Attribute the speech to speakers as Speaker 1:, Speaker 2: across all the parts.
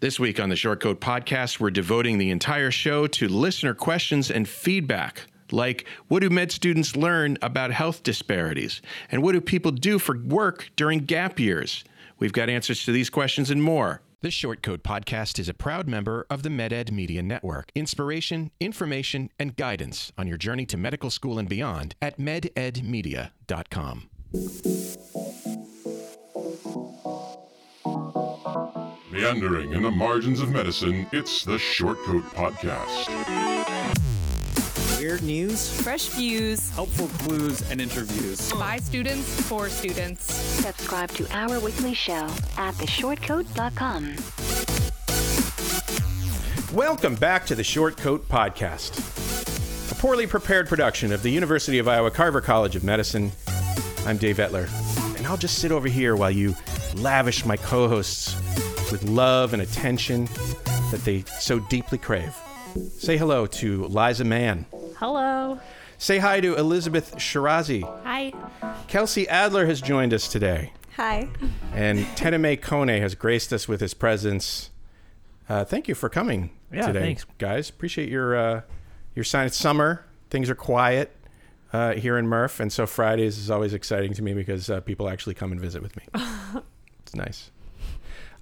Speaker 1: This week on the Short Code Podcast, we're devoting the entire show to listener questions and feedback. Like, what do med students learn about health disparities? And what do people do for work during gap years? We've got answers to these questions and more. This Short Code Podcast is a proud member of the MedEd Media Network. Inspiration, information, and guidance on your journey to medical school and beyond at mededmedia.com.
Speaker 2: Meandering in the margins of medicine, it's the Shortcoat Podcast.
Speaker 3: Weird news,
Speaker 4: Fresh views
Speaker 3: helpful clues, and interviews.
Speaker 4: by students for students.
Speaker 5: Subscribe to our weekly show at theshortcode.com.
Speaker 1: Welcome back to the Short Coat Podcast, a poorly prepared production of the University of Iowa Carver College of Medicine. I'm Dave Etler, and I'll just sit over here while you lavish my co hosts with love and attention that they so deeply crave. Say hello to Liza Mann.
Speaker 6: Hello.
Speaker 1: Say hi to Elizabeth Shirazi.
Speaker 6: Hi.
Speaker 1: Kelsey Adler has joined us today,
Speaker 6: Hi.
Speaker 1: and Teneme Kone has graced us with his presence. Uh, thank you for coming
Speaker 7: Yeah,
Speaker 1: today,
Speaker 7: thanks.
Speaker 1: guys. Appreciate your uh, your sign. It's summer; things are quiet uh, here in Murph, and so Fridays is always exciting to me because uh, people actually come and visit with me. it's nice.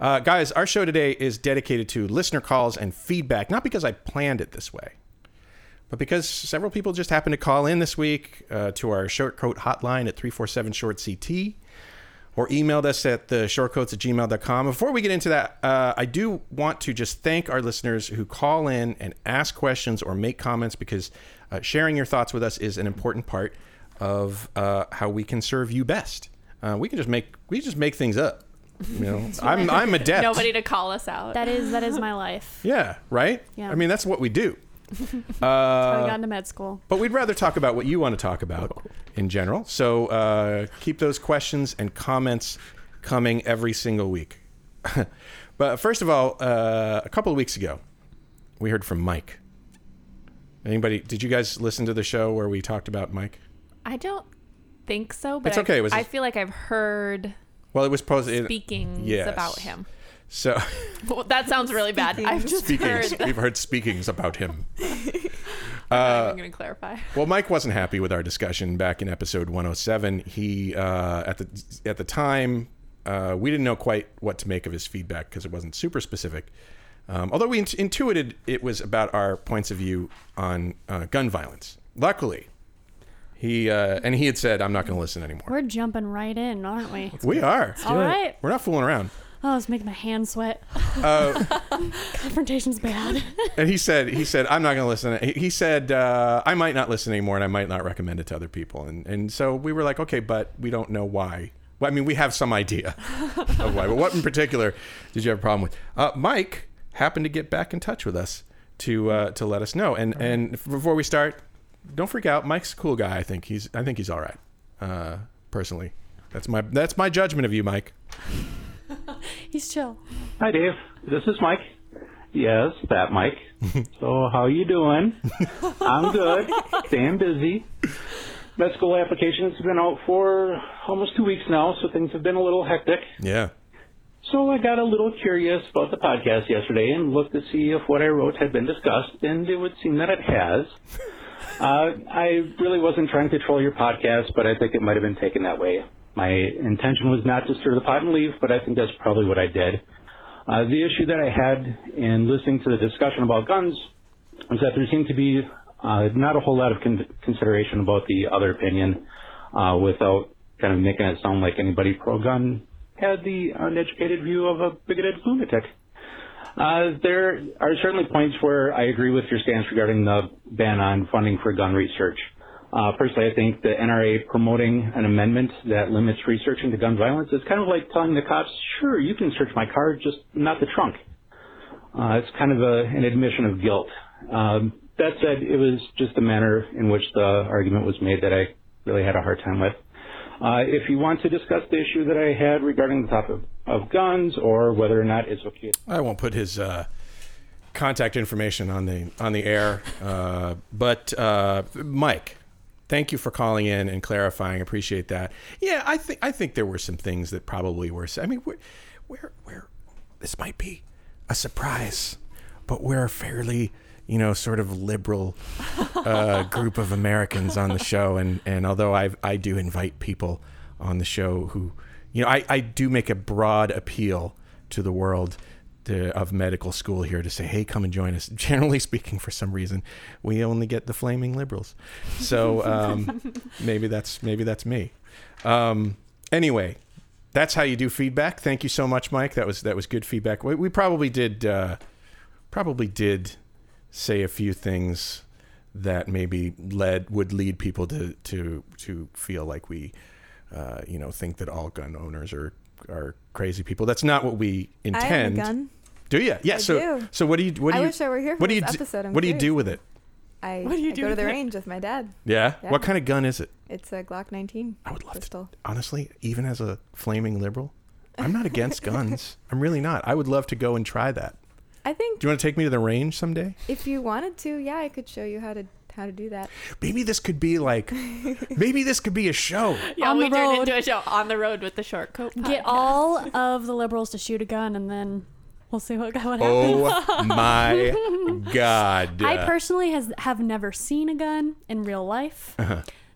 Speaker 1: Uh, guys, our show today is dedicated to listener calls and feedback, not because I planned it this way, but because several people just happened to call in this week uh, to our short coat hotline at 347 short CT or emailed us at the shortcoats at gmail.com. Before we get into that, uh, I do want to just thank our listeners who call in and ask questions or make comments because uh, sharing your thoughts with us is an important part of uh, how we can serve you best. Uh, we can just make we just make things up. You know, I'm I'm adept.
Speaker 4: Nobody to call us out.
Speaker 6: That is that is my life.
Speaker 1: Yeah, right.
Speaker 6: Yeah.
Speaker 1: I mean, that's what we do. Uh,
Speaker 6: I got into med school.
Speaker 1: But we'd rather talk about what you want to talk about in general. So uh, keep those questions and comments coming every single week. but first of all, uh, a couple of weeks ago, we heard from Mike. Anybody? Did you guys listen to the show where we talked about Mike?
Speaker 4: I don't think so, but
Speaker 1: It's okay,
Speaker 4: I,
Speaker 1: it was-
Speaker 4: I feel like I've heard
Speaker 1: Well, it was posted.
Speaker 4: speakings
Speaker 1: Yes.
Speaker 4: about him.
Speaker 1: So
Speaker 4: Well, that sounds really bad. I've just
Speaker 1: speakings.
Speaker 4: heard.
Speaker 1: We've heard speakings about him. Uh,
Speaker 4: I'm going to clarify.
Speaker 1: Well, Mike wasn't happy with our discussion back in episode 107. He uh, at the at the time uh, we didn't know quite what to make of his feedback because it wasn't super specific. Um, although we int- intuited it was about our points of view on uh, gun violence. Luckily, he uh, and he had said, "I'm not going to listen anymore."
Speaker 6: We're jumping right in, aren't we?
Speaker 1: We are.
Speaker 6: All right.
Speaker 1: We're not fooling around.
Speaker 6: Oh, it's making my hands sweat.
Speaker 1: Oh.
Speaker 6: Confrontation's bad.
Speaker 1: And he said, he said, I'm not going to listen. He- He said, uh, I might not listen anymore, and I might not recommend it to other people. And and so we were like, okay, but we don't know why. Well, I mean, we have some idea of why. But what in particular did you have a problem with? Uh, Mike happened to get back in touch with us to uh, to let us know. And and f- before we start, don't freak out. Mike's a cool guy. I think he's I think he's all right. Uh, personally, that's my that's my judgment of you, Mike.
Speaker 6: He's chill.
Speaker 8: Hi, Dave. This is Mike. Yes, that Mike. so, how you doing? I'm good. Staying busy. Med school applications have been out for almost two weeks now, so things have been a little hectic.
Speaker 1: Yeah.
Speaker 8: So I got a little curious about the podcast yesterday and looked to see if what I wrote had been discussed, and it would seem that it has. Uh, I really wasn't trying to troll your podcast, but I think it might have been taken that way. My intention was not to stir the pot and leave, but I think that's probably what I did. Uh, the issue that I had in listening to the discussion about guns is that there seemed to be uh, not a whole lot of con- consideration about the other opinion uh, without kind of making it sound like anybody pro gun had the uneducated view of a bigoted lunatic. Uh, there are certainly points where I agree with your stance regarding the ban on funding for gun research. Uh, personally, I think the NRA promoting an amendment that limits research into gun violence is kind of like telling the cops, sure, you can search my car, just not the trunk. Uh, it's kind of a, an admission of guilt. Um, that said, it was just the manner in which the argument was made that I really had a hard time with. Uh, if you want to discuss the issue that I had regarding the topic of guns or whether or not it's okay
Speaker 1: I won't put his uh, contact information on the on the air. Uh, but uh, Mike, thank you for calling in and clarifying. Appreciate that. Yeah, I think I think there were some things that probably were. s- I mean, where where, where this might be a surprise, but we're a fairly, you know, sort of liberal uh, group of Americans on the show. And, and although I I do invite people on the show who, you know, I, I do make a broad appeal to the world to, of medical school here to say, hey, come and join us. Generally speaking, for some reason, we only get the flaming liberals. So um, maybe that's maybe that's me. Um, anyway, that's how you do feedback. Thank you so much, Mike. That was that was good feedback. We, we probably did uh, probably did say a few things that maybe led would lead people to to to feel like we uh, you know think that all gun owners are are crazy people. That's not what we
Speaker 7: I
Speaker 1: intend.
Speaker 7: have a gun.
Speaker 1: Do you? Yeah.
Speaker 7: I
Speaker 1: so
Speaker 7: do.
Speaker 1: so what do you what do
Speaker 7: I
Speaker 1: you
Speaker 7: wish I were here for
Speaker 1: what do you
Speaker 7: this
Speaker 1: do-
Speaker 7: episode. I'm
Speaker 1: what do you do
Speaker 7: curious.
Speaker 1: with it?
Speaker 7: I,
Speaker 4: What do you
Speaker 7: I
Speaker 4: do
Speaker 7: go to
Speaker 4: with
Speaker 7: the
Speaker 4: it?
Speaker 7: range with my dad.
Speaker 1: Yeah?
Speaker 7: Yeah.
Speaker 1: What kind of gun is it?
Speaker 7: It's a Glock 19.
Speaker 1: I would love
Speaker 7: pistol.
Speaker 1: to. Honestly, even as a flaming liberal, I'm not against guns. I'm really not. I would love to go and try that.
Speaker 7: I think
Speaker 1: Do you want to take me to the range someday?
Speaker 7: if you wanted to, yeah, I could show you how to how to do that.
Speaker 1: Maybe this could be like, maybe this could be a show.
Speaker 4: Yeah,
Speaker 6: On
Speaker 4: we
Speaker 6: the
Speaker 4: turned
Speaker 6: road.
Speaker 4: into a show on the road with the short coat.
Speaker 6: Get all of the liberals to shoot a gun, and then we'll see what, what happens.
Speaker 1: Oh my god! Uh,
Speaker 6: I personally has have never seen a gun in real life,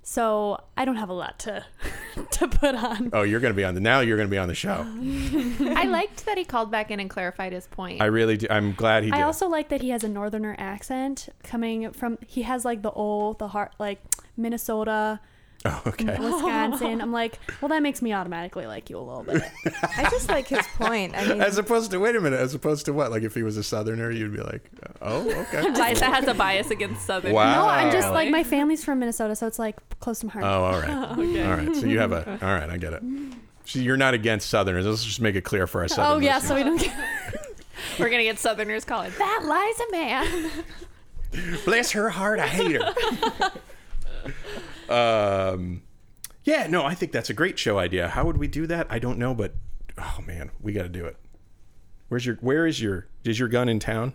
Speaker 6: so I don't have a lot to to put on.
Speaker 1: oh, you're gonna be on the now. You're gonna be on the show.
Speaker 6: Oh,
Speaker 4: I liked that he called back in and clarified his point.
Speaker 1: I really do. I'm glad he did.
Speaker 6: I also like that he has a northerner accent coming from. He has like the old, the heart, like Minnesota, mm,
Speaker 1: oh, okay.
Speaker 6: Wisconsin. I'm like, well, that makes me automatically like you a little bit.
Speaker 7: I just like his point. I mean,
Speaker 1: As opposed to wait a minute. As opposed to what? Like if he was a Southerner, you'd be like, oh, okay.
Speaker 4: Liza has a bias against Southern.
Speaker 1: Wow.
Speaker 6: No, I'm just
Speaker 1: Oh.
Speaker 6: like my family's from Minnesota, so it's like close to my heart.
Speaker 1: Oh, all right. All right. So you have a. All right, I get it. So you're not against Southerners. Let's just make it clear for our Southerners.
Speaker 6: Oh, yeah, so we don't get
Speaker 4: We're gonna get Southerners calling that Liza man.
Speaker 1: Bless her heart, I hate her. um, yeah, no, I think that's a great show idea. How would we do that? I don't know, but oh man, we got to do it. Where's your? Where is your? Is your gun in town?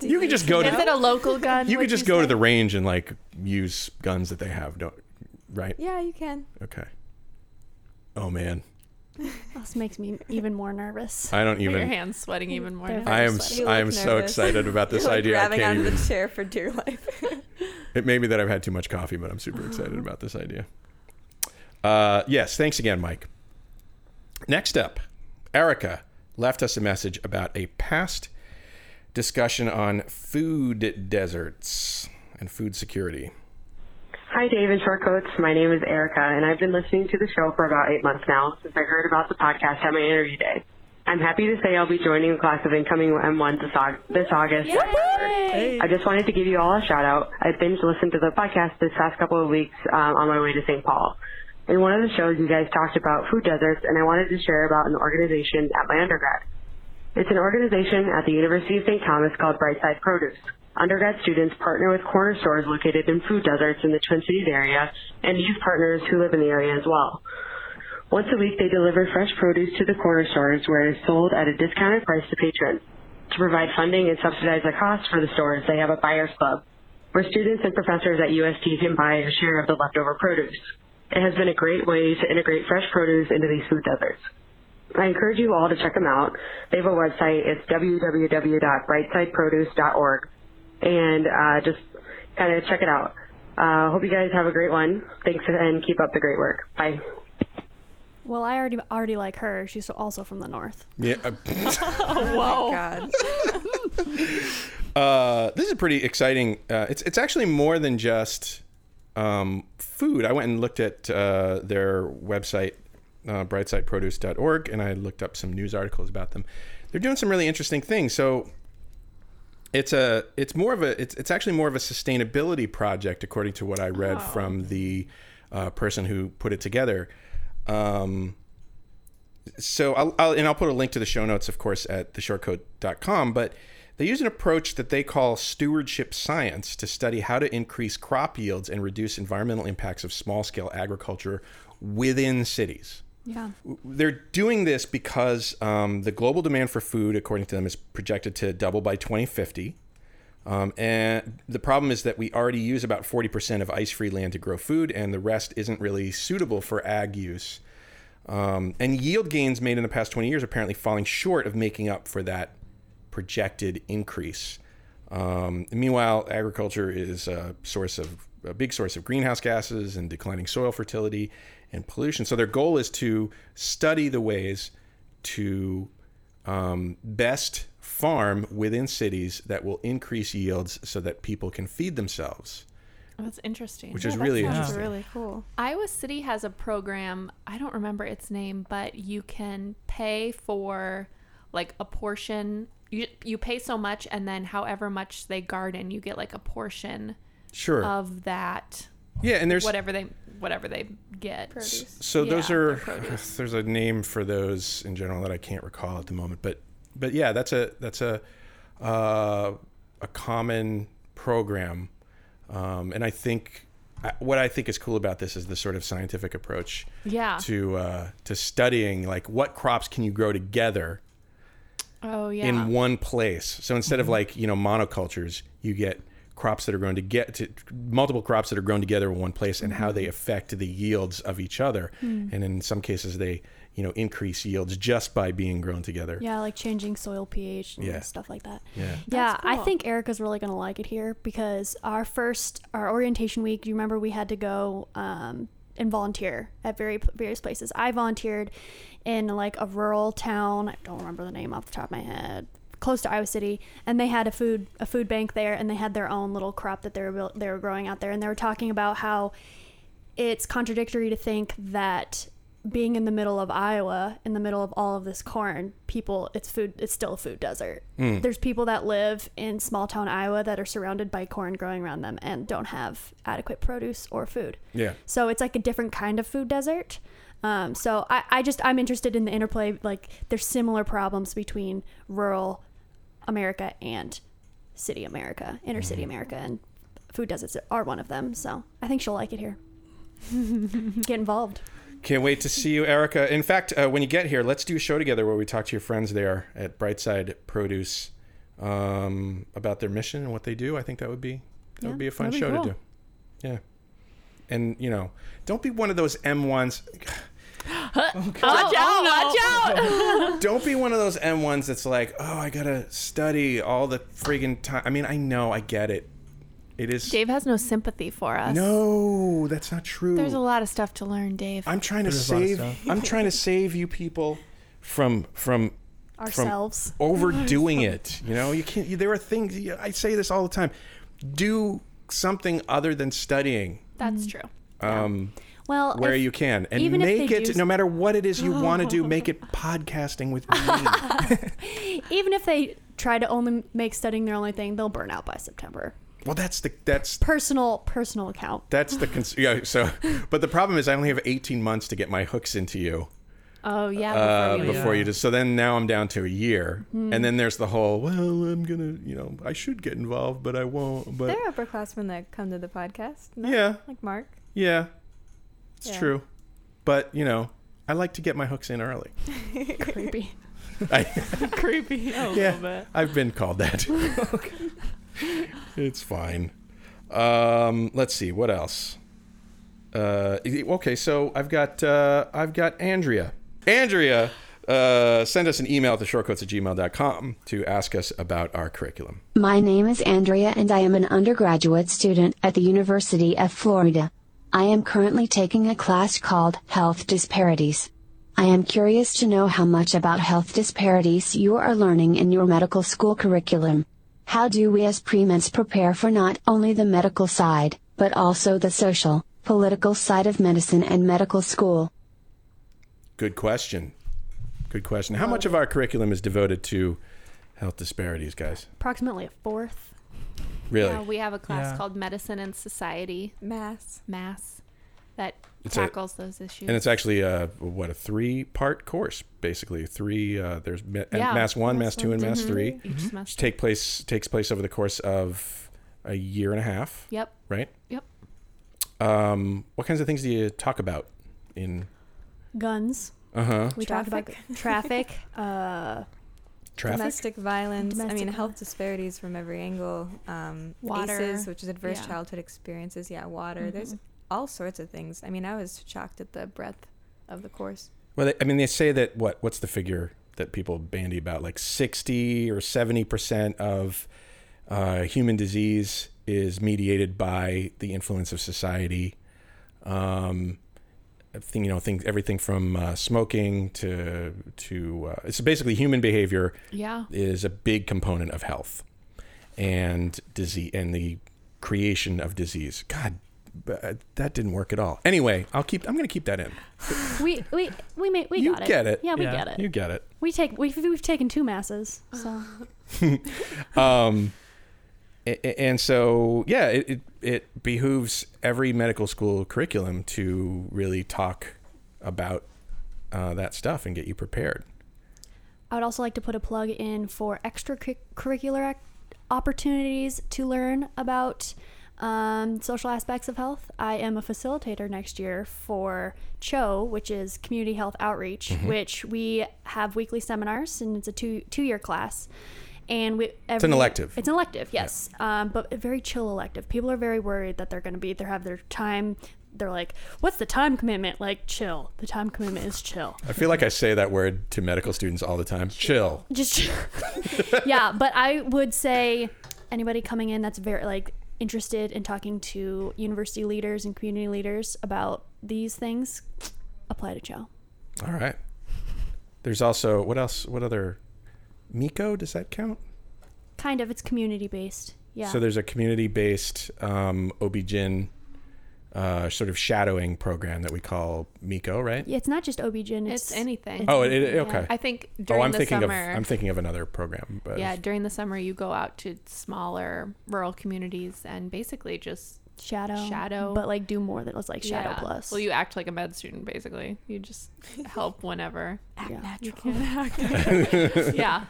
Speaker 1: you could just go
Speaker 4: Is it
Speaker 1: to.
Speaker 4: a local gun?
Speaker 1: You could
Speaker 4: would
Speaker 1: just go to
Speaker 4: say?
Speaker 1: the range and like use guns that they have. Don't right?
Speaker 7: yeah, you can.
Speaker 1: Okay. Oh man,
Speaker 6: This makes me even more nervous.
Speaker 1: I don't
Speaker 4: Put your
Speaker 1: even.
Speaker 4: hands sweating even more.
Speaker 6: They're
Speaker 4: now.
Speaker 1: I am.
Speaker 6: You
Speaker 1: s-
Speaker 7: look
Speaker 1: I am so
Speaker 7: nervous.
Speaker 1: excited about this
Speaker 7: You're, like,
Speaker 1: idea. I
Speaker 7: grabbing
Speaker 1: can't
Speaker 7: onto
Speaker 1: even.
Speaker 7: the chair for dear life.
Speaker 1: It may be that I've had too much coffee, but I'm super excited about this idea. Uh, yes, thanks again, Mike. Next up, Erica left us a message about a past discussion on food deserts and food security.
Speaker 9: Hi, Dave and Shortcoats. My name is Erica, and I've been listening to the show for about eight months now since I heard about the podcast at my interview day. I'm happy to say I'll be joining the class of incoming M1 this, Aug- this August. I just wanted to give you all a shout out. I binge listened to the podcast this past couple of weeks um, on my way to St. Paul. In one of the shows, you guys talked about food deserts, and I wanted to share about an organization at my undergrad. It's an organization at the University of St. Thomas called Brightside Produce. Undergrad students partner with corner stores located in food deserts in the Twin Cities area and youth partners who live in the area as well. Once a week, they deliver fresh produce to the corner stores where it is sold at a discounted price to patrons. To provide funding and subsidize the cost for the stores, they have a buyer's club where students and professors at UST can buy a share of the leftover produce. It has been a great way to integrate fresh produce into these food deserts. I encourage you all to check them out. They have a website. It's www.brightsideproduce.org. And uh, just kind of check it out. Uh, hope you guys have a great one. Thanks and keep up the great work. Bye.
Speaker 6: Well, I already already like her. She's also from the north.
Speaker 1: Yeah,
Speaker 7: God.
Speaker 1: uh, this is pretty exciting. Uh, it's it's actually more than just um, food. I went and looked at uh, their website, uh, brightsideproduce.org, and I looked up some news articles about them. They're doing some really interesting things. So it's a it's more of a it's, it's actually more of a sustainability project according to what i read from the uh, person who put it together um, so I'll, I'll and i'll put a link to the show notes of course at theshortcode.com but they use an approach that they call stewardship science to study how to increase crop yields and reduce environmental impacts of small scale agriculture within cities
Speaker 6: Yeah.
Speaker 1: they're doing this because um, the global demand for food, according to them, is projected to double by 2050. Um, and the problem is that we already use about 40% of ice free land to grow food, and the rest isn't really suitable for ag use. Um, and yield gains made in the past 20 years apparently falling short of making up for that projected increase. Um, meanwhile, agriculture is a source of a big source of greenhouse gases and declining soil fertility and pollution. So their goal is to study the ways to um, best farm within cities that will increase yields so that people can feed themselves,
Speaker 4: That's interesting.
Speaker 1: which is really
Speaker 7: That's
Speaker 1: interesting.
Speaker 7: really cool.
Speaker 4: Iowa City has a program. I don't remember its name, but you can pay for like a portion. You you pay so much, and then however much they garden, you get like a portion
Speaker 1: Sure.
Speaker 4: of that
Speaker 1: yeah, and there's
Speaker 4: whatever they whatever they get.
Speaker 1: So those
Speaker 4: Yeah,
Speaker 1: are
Speaker 4: their produce.
Speaker 1: there's a name for those in general that I can't recall at the moment, but but yeah, that's a that's a uh, a common program, um, and I think I- what I think is cool about this is the sort of scientific approach
Speaker 4: Yeah.
Speaker 1: to uh, to studying like what crops can you grow together
Speaker 4: Oh yeah.
Speaker 1: in one place. So instead
Speaker 6: Mm-hmm.
Speaker 1: of like you know monocultures, you get crops that are grown to get to multiple crops that are grown together in one place and
Speaker 6: Mm-hmm.
Speaker 1: how they affect the yields of each other.
Speaker 6: Hmm.
Speaker 1: And in some cases, they you know increase yields just by being grown together.
Speaker 6: Yeah, like changing soil pH and
Speaker 1: Yeah.
Speaker 6: stuff like that.
Speaker 1: Yeah.
Speaker 6: Yeah,
Speaker 4: That's
Speaker 6: I
Speaker 4: cool.
Speaker 6: think Erica's really gonna like it here because our first our orientation week. You remember we had to go um, and volunteer at very various places. I volunteered in like a rural town. I don't remember the name off the top of my head. Close to Iowa City, and they had a food a food bank there, and they had their own little crop that they were buil- they were growing out there, and they were talking about how it's contradictory to think that being in the middle of Iowa, in the middle of all of this corn, people, it's food, it's still a food desert. There's people that live in small town Iowa that are surrounded by corn growing around them and don't have adequate produce or food.
Speaker 1: Yeah.
Speaker 6: So it's like a different kind of food desert. Um, so I, I just, I'm interested in the interplay. Like there's similar problems between rural America and city America, inner city
Speaker 1: Mm-hmm.
Speaker 6: America, and food deserts are one of them. So I think she'll like it here. Get involved.
Speaker 1: Can't wait to see you, Erica. In fact, uh, when you get here, let's do a show together where we talk to your friends there at Brightside Produce um, about their mission and what they do. I think that would be that
Speaker 6: Yeah,
Speaker 1: would be a fun
Speaker 6: that'd be
Speaker 1: show
Speaker 6: cool.
Speaker 1: to do. Yeah. And you know, don't be one of those M ones.
Speaker 4: watch out! Watch out!
Speaker 1: don't be one of those M ones that's like, oh, I gotta study all the friggin' time. I mean, I know, I get it. It is
Speaker 4: Dave has no sympathy for us.
Speaker 1: no, that's not true.
Speaker 4: There's a lot of stuff to learn, Dave.
Speaker 1: I'm trying to
Speaker 10: a lot of
Speaker 1: save.
Speaker 10: stuff.
Speaker 1: I'm trying to save you people from from from
Speaker 6: Ourselves.
Speaker 1: overdoing it. You know, you can't. You, there are things. I say this all the time. Do something other than studying
Speaker 4: That's true.
Speaker 1: um,
Speaker 6: Well,
Speaker 1: where
Speaker 6: if-
Speaker 1: you can, and
Speaker 6: even if
Speaker 1: make
Speaker 6: they
Speaker 1: it.
Speaker 6: do s-
Speaker 1: No matter what it is you want to do, make it podcasting with me.
Speaker 6: even if they try to only make studying their only thing, they'll burn out by September.
Speaker 1: well, that's the that's
Speaker 6: Personal personal account.
Speaker 1: That's the cons- yeah. So, but the problem is, I only have 18 months to get my hooks into you
Speaker 4: Oh yeah.
Speaker 1: uh,
Speaker 4: before we
Speaker 1: before you just. So then now I'm down to a year, and then there's the whole. Well, I'm gonna, you know, I should get involved, but I won't. But
Speaker 7: There are upperclassmen that come to the podcast. No?
Speaker 1: yeah,
Speaker 7: Like Mark.
Speaker 1: yeah, it's
Speaker 7: Yeah.
Speaker 1: true. But you know, I like to get my hooks in early.
Speaker 6: Creepy.
Speaker 1: I,
Speaker 4: creepy. Oh,
Speaker 1: yeah, I've been called that. it's fine. Um, let's see what else. Uh, okay, so I've got uh, I've got Andrea. Andrea, uh, send us an email at theshortcoats at gmail.com to ask us about our curriculum.
Speaker 5: My name is Andrea and I am an undergraduate student at the University of Florida. I am currently taking a class called Health Disparities. I am curious to know how much about health disparities you are learning in your medical school curriculum. How do we as premeds prepare for not only the medical side, but also the social, political side of medicine and medical school?
Speaker 1: Good question. Good question. How much of our curriculum is devoted to health disparities, guys?
Speaker 6: Approximately a fourth.
Speaker 1: Really?
Speaker 4: Yeah, we have a class
Speaker 10: Yeah.
Speaker 4: called Medicine and Society
Speaker 7: Mass.
Speaker 4: Mass that
Speaker 1: It's a-
Speaker 4: tackles those issues.
Speaker 1: and it's actually a what a three-part course, basically. Three. Uh, there's ma-
Speaker 4: Yeah. Mm-hmm.
Speaker 1: mass one, mass, two, and mass three.
Speaker 4: each
Speaker 1: which
Speaker 4: semester.
Speaker 1: take place takes place over the course of a year and a half.
Speaker 4: Yep.
Speaker 1: Right.
Speaker 4: Yep.
Speaker 1: Um, what kinds of things do you talk about in
Speaker 6: Guns.
Speaker 1: uh
Speaker 4: Uh-huh.
Speaker 1: huh
Speaker 6: We talk about traffic. Uh,
Speaker 1: traffic?
Speaker 7: Domestic violence. I mean,
Speaker 6: Domestic
Speaker 7: health disparities from every angle. Um,
Speaker 4: Water.
Speaker 7: ACEs, which is adverse
Speaker 4: Yeah. Mm-hmm.
Speaker 7: childhood experiences. Yeah, water. There's all sorts of things. I mean, I was shocked at the breadth of the course.
Speaker 1: Well, they, I mean, they say that what what's the figure that people bandy about? Like sixty or seventy percent of uh, human disease is mediated by the influence of society. Um, I think you know, things everything from uh, smoking to to uh, it's basically human behavior
Speaker 4: Yeah.
Speaker 1: is a big component of health and disease and the creation of disease. God, but that didn't work at all. Anyway, I'll keep. I'm going to keep that in.
Speaker 6: We we we may, we
Speaker 1: you
Speaker 6: got it.
Speaker 1: get it.
Speaker 6: Yeah, we get it.
Speaker 1: You get it.
Speaker 6: we take we've, we've taken two masses. So
Speaker 1: Um, a- a- and so yeah, it, it it behooves every medical school curriculum to really talk about uh, that stuff and get you prepared.
Speaker 6: I would also like to put a plug in for extracurricular ac- opportunities to learn about um, social aspects of health. I am a facilitator next year for CHO, which is Community Health Outreach, which we have weekly seminars, and it's a two two year class. And we, every,
Speaker 1: elective.
Speaker 6: It's an elective, yes, um, but a very chill elective. People are very worried that they're going to be they have their time. They're like, "What's the time commitment?" Like, chill. The time commitment is chill
Speaker 1: I feel like I say that word to medical students all the time. Chill.
Speaker 6: just yeah but i would say anybody coming in that's very like interested in talking to university leaders and community leaders about these things apply to joe
Speaker 1: All right. There's also what else? What other? Miko? Does that count?
Speaker 6: kind of it's community based yeah
Speaker 1: So there's a community-based um, OB/GYN uh, sort of shadowing program that we call Miko, right?
Speaker 6: Yeah, it's not just obgyn it's,
Speaker 4: It's anything.
Speaker 1: Oh, it, it, okay.
Speaker 4: I think
Speaker 1: oh,
Speaker 4: during
Speaker 1: I'm
Speaker 4: the
Speaker 1: thinking
Speaker 4: summer.
Speaker 1: of I'm thinking of another program, but
Speaker 4: yeah, during the summer you go out to smaller rural communities and basically just
Speaker 6: shadow
Speaker 4: Shadow.
Speaker 6: but like do more than it's like shadow
Speaker 4: Yeah.
Speaker 6: plus
Speaker 4: Well, you act like a med student basically. You just help whenever.
Speaker 6: yeah.
Speaker 4: yeah.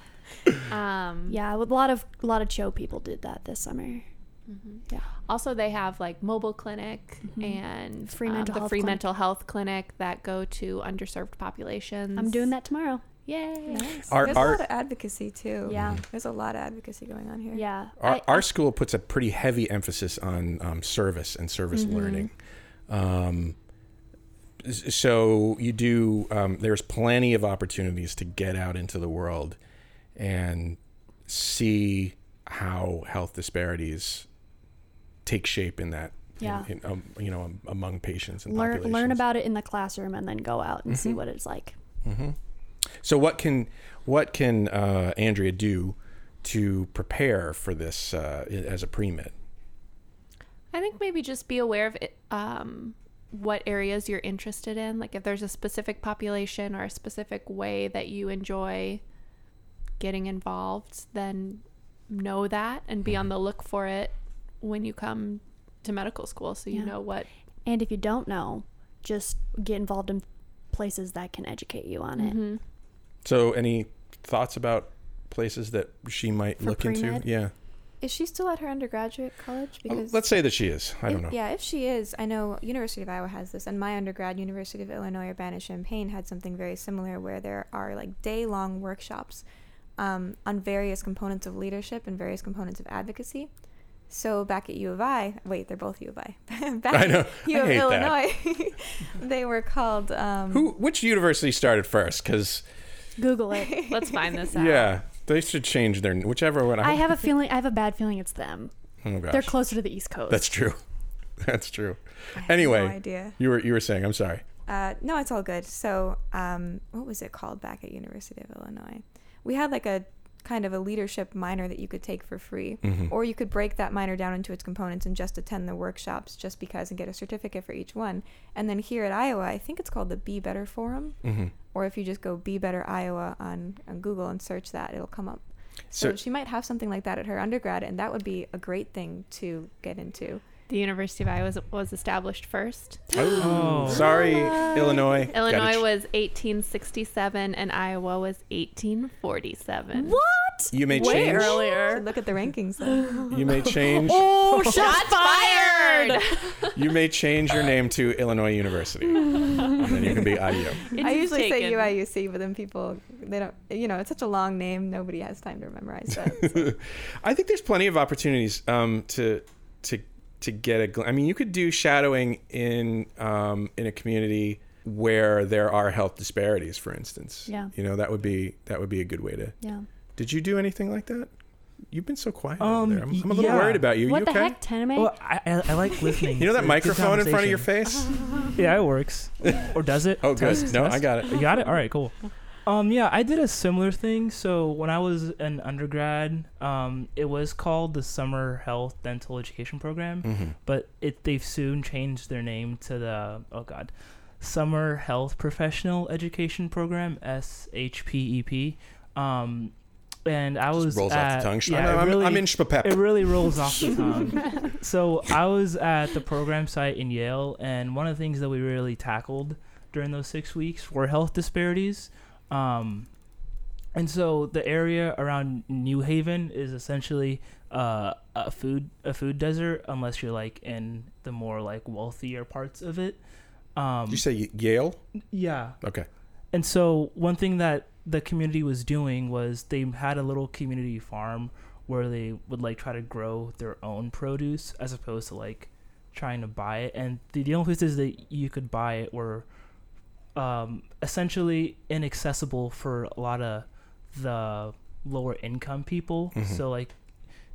Speaker 4: Um,
Speaker 6: yeah with a lot of a lot of joe people did that this summer Mm-hmm.
Speaker 4: Also, they have like mobile clinic and
Speaker 6: Free
Speaker 4: um,
Speaker 6: mental
Speaker 4: the
Speaker 6: health
Speaker 4: free
Speaker 6: clinic.
Speaker 4: mental health clinic that go to underserved populations.
Speaker 6: i'm doing that tomorrow
Speaker 4: Yay!
Speaker 1: our
Speaker 7: There's a lot
Speaker 1: our
Speaker 7: of advocacy too.
Speaker 6: Yeah.
Speaker 1: Mm-hmm.
Speaker 7: There's a lot of advocacy going on here.
Speaker 6: yeah
Speaker 1: our,
Speaker 6: I-
Speaker 1: our school puts a pretty heavy emphasis on um, service and service
Speaker 4: Mm-hmm.
Speaker 1: learning. Um, s- so you do. Um, there's plenty of opportunities to get out into the world and see how health disparities take shape in that. in-
Speaker 6: Yeah.
Speaker 1: in, um, you know, um, among patients and
Speaker 6: learn learn
Speaker 1: populations. Mm-hmm.
Speaker 6: about it in the classroom and then go out and see what it's like
Speaker 1: So what can what can uh, Andrea do to prepare for this uh, i- as a pre med?
Speaker 4: I think maybe just be aware of it, um, what areas you're interested in. Like if there's a specific population or a specific way that you enjoy getting involved, then know that and be on
Speaker 1: Mm-hmm.
Speaker 4: the look for it when you come to medical school so you know what
Speaker 6: And if you don't know, just get involved in places that can educate you on it.
Speaker 4: Mm-hmm.
Speaker 1: So any thoughts about places that she might look
Speaker 6: pre-med?
Speaker 1: into? Yeah,
Speaker 7: Is she still at her undergraduate college?
Speaker 1: Uh,
Speaker 7: Because
Speaker 1: let's say that she is. I don't
Speaker 7: if-
Speaker 1: know.
Speaker 7: Yeah, if she is, I know University of Iowa has this, and my undergrad, University of Illinois Urbana-Champaign, had something very similar, where there are like day-long workshops um, on various components of leadership and various components of advocacy. So back at U of I, wait, they're both U of I. back
Speaker 1: I know.
Speaker 7: at
Speaker 1: I
Speaker 7: U of
Speaker 1: hate
Speaker 7: Illinois,
Speaker 1: that.
Speaker 7: they were called. Um,
Speaker 1: Who? Which university started first? Because
Speaker 6: Google it.
Speaker 4: let's find this out
Speaker 1: yeah, they should change their whichever one.
Speaker 6: I have a feeling. I have a bad feeling it's them.
Speaker 1: Oh gosh,
Speaker 6: They're closer to the East Coast.
Speaker 1: that's true. That's true.
Speaker 7: no
Speaker 1: Anyway,
Speaker 7: idea.
Speaker 1: you were you were saying. I'm sorry.
Speaker 7: Uh, no, it's all good. So, um, what was it called back at University of Illinois? We had like a kind of a leadership minor that you could take for free, or you could break that minor down into its components and just attend the workshops just because and get a certificate for each one. And then here at Iowa, I think it's called the Be Better Forum, or if you just go Be Better Iowa on, on Google and search that, it'll come up. So,
Speaker 1: So-
Speaker 7: she might have something like that at her undergrad, and that would be a great thing to get into.
Speaker 4: the university of iowa was, was established first
Speaker 1: Oh, sorry, Illinois. Gotta
Speaker 4: illinois
Speaker 1: ch-
Speaker 4: was 1867 and iowa was 1847
Speaker 6: What?
Speaker 1: You may
Speaker 4: way
Speaker 1: change.
Speaker 4: earlier
Speaker 7: Look at the rankings, though.
Speaker 1: You may change.
Speaker 6: Oh, shots
Speaker 4: fired
Speaker 1: You may change your name to Illinois University, and then you can be IU.
Speaker 7: I usually
Speaker 4: taken.
Speaker 7: say UIUC, but then people they don't. You know, it's such a long name; nobody has time to memorize that.
Speaker 1: I think there's plenty of opportunities um, to to to get a. Gl- I mean, you could do shadowing in um, in a community where there are health disparities, for instance.
Speaker 6: Yeah.
Speaker 1: You know, that would be that would be a good way to.
Speaker 6: Yeah.
Speaker 1: Did you do anything like that? You've been so quiet
Speaker 10: Um,
Speaker 1: over there. I'm, I'm a little
Speaker 10: yeah.
Speaker 1: worried about you.
Speaker 6: what
Speaker 1: you
Speaker 6: the
Speaker 1: okay?
Speaker 6: heck, Tename?
Speaker 10: Well, I, I, I like listening.
Speaker 1: You know that
Speaker 10: to good
Speaker 1: microphone in front of your
Speaker 10: conversation.
Speaker 1: face?
Speaker 10: Yeah, it works. Or does it?
Speaker 1: Oh, good.
Speaker 10: Test,
Speaker 1: No,
Speaker 10: test.
Speaker 1: I got it.
Speaker 10: You got it. All right, cool. Um, yeah, I did a similar thing. So when I was an undergrad, um, it was called the Summer Health Dental Education Program,
Speaker 1: Mm-hmm.
Speaker 10: but it they've soon changed their name to the oh god, Summer Health Professional Education Program (SHPEP). E Um, and I was
Speaker 1: rolls
Speaker 10: at,
Speaker 1: off the tongue.
Speaker 10: Yeah,
Speaker 1: I'm,
Speaker 10: it
Speaker 1: I'm-
Speaker 10: really,
Speaker 1: I'm in Schmapep.
Speaker 10: it really rolls off the tongue. Um, so I was at the program site in Yale, and one of the things that we really tackled during those six weeks were health disparities. Um, and so the area around New Haven is essentially uh, a food a food desert, unless you're like in the more like wealthier parts of it. Um,
Speaker 1: Did you say Yale?
Speaker 10: yeah,
Speaker 1: Okay.
Speaker 10: and so one thing that the community was doing was they had a little community farm where they would like try to grow their own produce as opposed to like trying to buy it. And the, the only places that you could buy it were um, essentially inaccessible for a lot of the lower income people. So like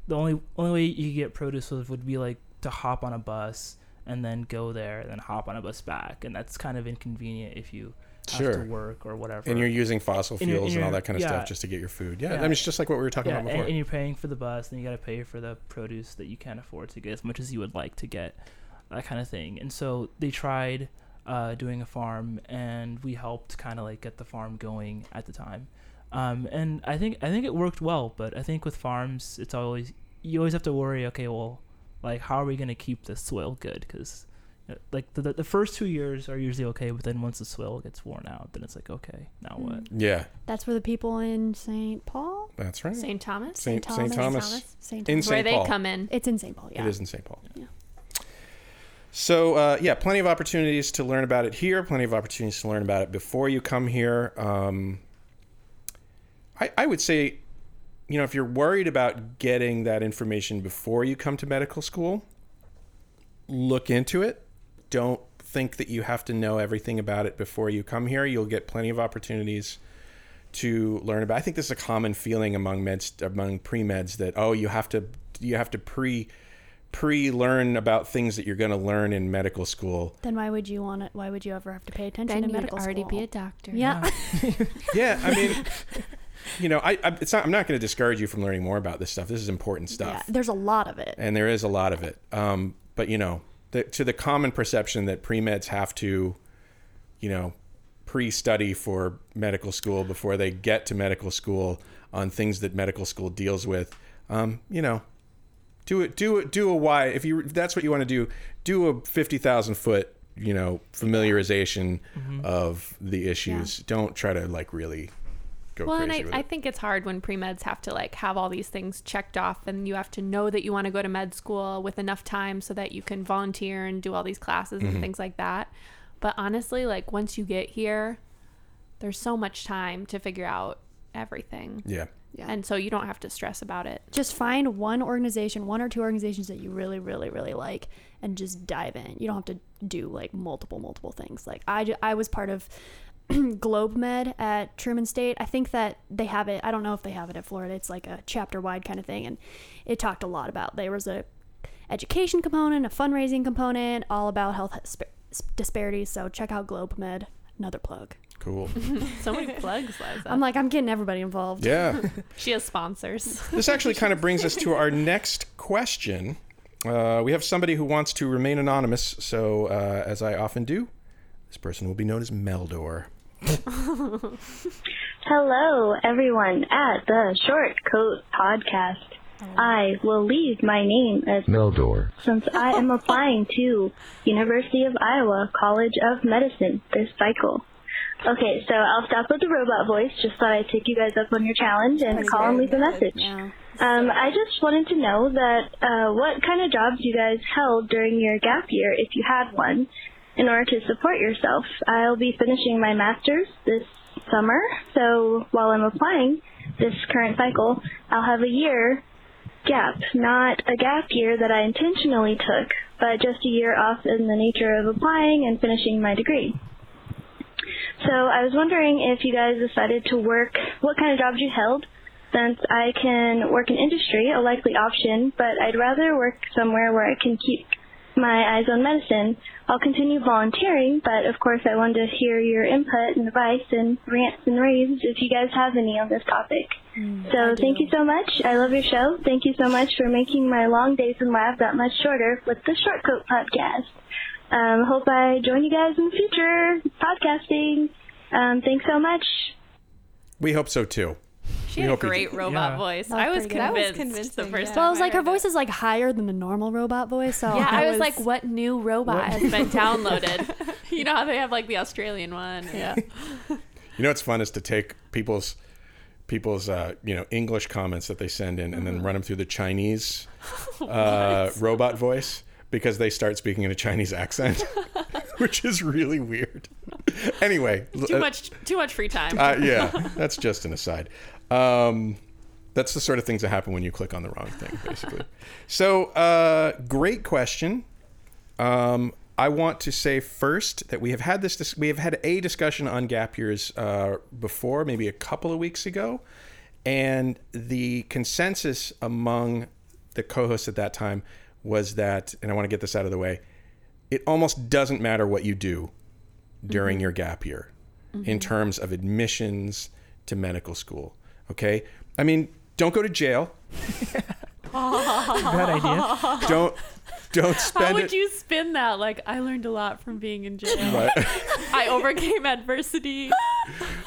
Speaker 10: the only only way you could get produce was, would be like to hop on a bus and then go there and then hop on a bus back, and that's kind of inconvenient if you have
Speaker 1: Sure.
Speaker 10: to work or whatever.
Speaker 1: And you're using fossil
Speaker 10: In your-
Speaker 1: fuels
Speaker 10: in
Speaker 1: and all
Speaker 10: your-
Speaker 1: that kind of
Speaker 10: yeah.
Speaker 1: stuff just to get your food. Yeah, I
Speaker 10: Yeah.
Speaker 1: mean, it's just like what we were talking
Speaker 10: yeah,
Speaker 1: about
Speaker 10: and,
Speaker 1: before.
Speaker 10: and you're paying for the bus, and you got to pay for the produce that you can't afford to get as much as you would like to get, that kind of thing. And so they tried uh, doing a farm, and we helped kind of like get the farm going at the time. Um, and I think I think it worked well, but I think with farms, it's always you always have to worry. Okay, well, like how are we going to keep the soil good? Because like the, the the first two years are usually okay, but then once the soil gets worn out, then it's like okay, now what?
Speaker 1: yeah,
Speaker 6: That's where the people in St. Paul,
Speaker 1: that's right.
Speaker 4: St. Thomas?
Speaker 1: St. St. Thomas.
Speaker 6: Thomas. St.
Speaker 1: In
Speaker 6: Thomas.
Speaker 4: Where
Speaker 1: St.
Speaker 4: they
Speaker 1: Paul.
Speaker 4: come in.
Speaker 6: It's in St. Paul. Yeah.
Speaker 1: It is in St. Paul.
Speaker 6: Yeah.
Speaker 1: So uh, yeah, plenty of opportunities to learn about it here. Plenty of opportunities to learn about it before you come here. Um, I, I would say, you know, if you're worried about getting that information before you come to medical school, look into it. Don't think that you have to know everything about it before you come here. You'll get plenty of opportunities to learn about. I think this is a common feeling among meds, among pre meds that oh, you have to you have to pre pre learn about things that you're going to learn in medical school.
Speaker 6: Then why would you want it? Why would you ever have to pay attention
Speaker 4: Then
Speaker 6: to
Speaker 4: you'd
Speaker 6: medical
Speaker 4: already
Speaker 6: school?
Speaker 4: be a doctor.
Speaker 6: yeah.
Speaker 1: Yeah, I mean, you know, I, I it's not I'm not going to discourage you from learning more about this stuff. This is important
Speaker 6: yeah.
Speaker 1: stuff,
Speaker 6: There's a lot of it.
Speaker 1: and there is a lot of it. Um, but you know, the, to the common perception that pre meds have to, you know, pre study for medical school before they get to medical school on things that medical school deals with. Um, you know, do it do it do a wide if you if that's what you want to do do a 50,000 foot you know familiarization
Speaker 4: Mm-hmm.
Speaker 1: of the issues don't try to like really go
Speaker 4: Well, and
Speaker 1: crazy
Speaker 4: I,
Speaker 1: with
Speaker 4: I
Speaker 1: it
Speaker 4: think it's hard when pre meds have to like have all these things checked off, and you have to know that you want to go to med school with enough time so that you can volunteer and do all these classes
Speaker 1: Mm-hmm.
Speaker 4: and things like that. But honestly, like once you get here, there's so much time to figure out everything,
Speaker 1: yeah
Speaker 4: and so you don't have to stress about it.
Speaker 6: Just find one organization, one or two organizations that you really, really, really like, and just dive in. You don't have to do like multiple, multiple things. Like I, ju- I was part of Globe Med at Truman State. I think that they have it. I don't know if they have it at Florida. It's like a chapter wide kind of thing, and it talked a lot about there was a education component, a fundraising component, all about health sp- disparities. So check out Globe Med. Another plug.
Speaker 1: cool
Speaker 4: So many plugs, Liza.
Speaker 6: I'm like, I'm getting everybody involved.
Speaker 1: yeah
Speaker 4: she has sponsors.
Speaker 1: this actually kind of brings us to our next question uh, we have somebody who wants to remain anonymous so uh, as i often do this person will be known as meldor
Speaker 11: Hello, everyone at the Short Coat Podcast. I will leave my name as Meldor since I am applying to University of Iowa College of Medicine this cycle. Okay, so I'll stop with the robot voice. Just thought I'd take you guys up on your challenge and call and leave a message. Um, I just wanted to know that uh, what kind of jobs you guys held during your gap year, if you had one, in order to support yourself. I'll be finishing my master's this summer, so while I'm applying this current cycle, I'll have a year gap, not a gap year that I intentionally took, but just a year off in the nature of applying and finishing my degree. So I was wondering if you guys decided to work, what kind of jobs you held, since I can work in industry, a likely option, but I'd rather work somewhere where I can keep my eyes on medicine. I'll continue volunteering, but of course I wanted to hear your input and advice and rants and raves if you guys have any on this topic. so Mm, thank you so much. I love your show. Thank you so much for making my long days in lab that much shorter with the Shortcoat Podcast. Um, hope I join you guys in the future podcasting. Um, thanks so much.
Speaker 1: We hope so too. We
Speaker 4: She had a
Speaker 1: hope you
Speaker 4: great
Speaker 1: do.
Speaker 4: robot
Speaker 1: Yeah.
Speaker 4: voice.
Speaker 6: That was
Speaker 4: I was
Speaker 6: pretty good. That
Speaker 4: convinced,
Speaker 6: was
Speaker 4: the first
Speaker 6: well, I
Speaker 4: time.
Speaker 6: was like, her voice is like higher than the normal robot voice. So
Speaker 4: yeah, I was like, what new robot
Speaker 6: What-
Speaker 4: has been downloaded? you know how they have like the Australian one? Yeah.
Speaker 1: You know what's fun is to take people's people's uh, you know English comments that they send in and then run them through the Chinese uh, robot voice because they start speaking in a Chinese accent, which is really weird. anyway,
Speaker 4: too
Speaker 1: uh,
Speaker 4: much too much free time.
Speaker 1: Uh, yeah, that's just an aside. Um, that's the sort of things that happen when you click on the wrong thing, basically. so, uh, great question. Um, I want to say first that we have had this. Dis- we have had a discussion on gap years uh, before, maybe a couple of weeks ago, and the consensus among the co-hosts at that time was that, and I want to get this out of the way. It almost doesn't matter what you do during your gap year in
Speaker 12: Mhm.
Speaker 1: terms of admissions to medical school. Okay? I mean, don't go to jail.
Speaker 4: Bad
Speaker 1: idea. Don't don't
Speaker 4: How
Speaker 1: spend
Speaker 4: would
Speaker 1: it.
Speaker 4: you spin that? Like, I learned a lot from being in jail.
Speaker 1: Right.
Speaker 4: I overcame adversity.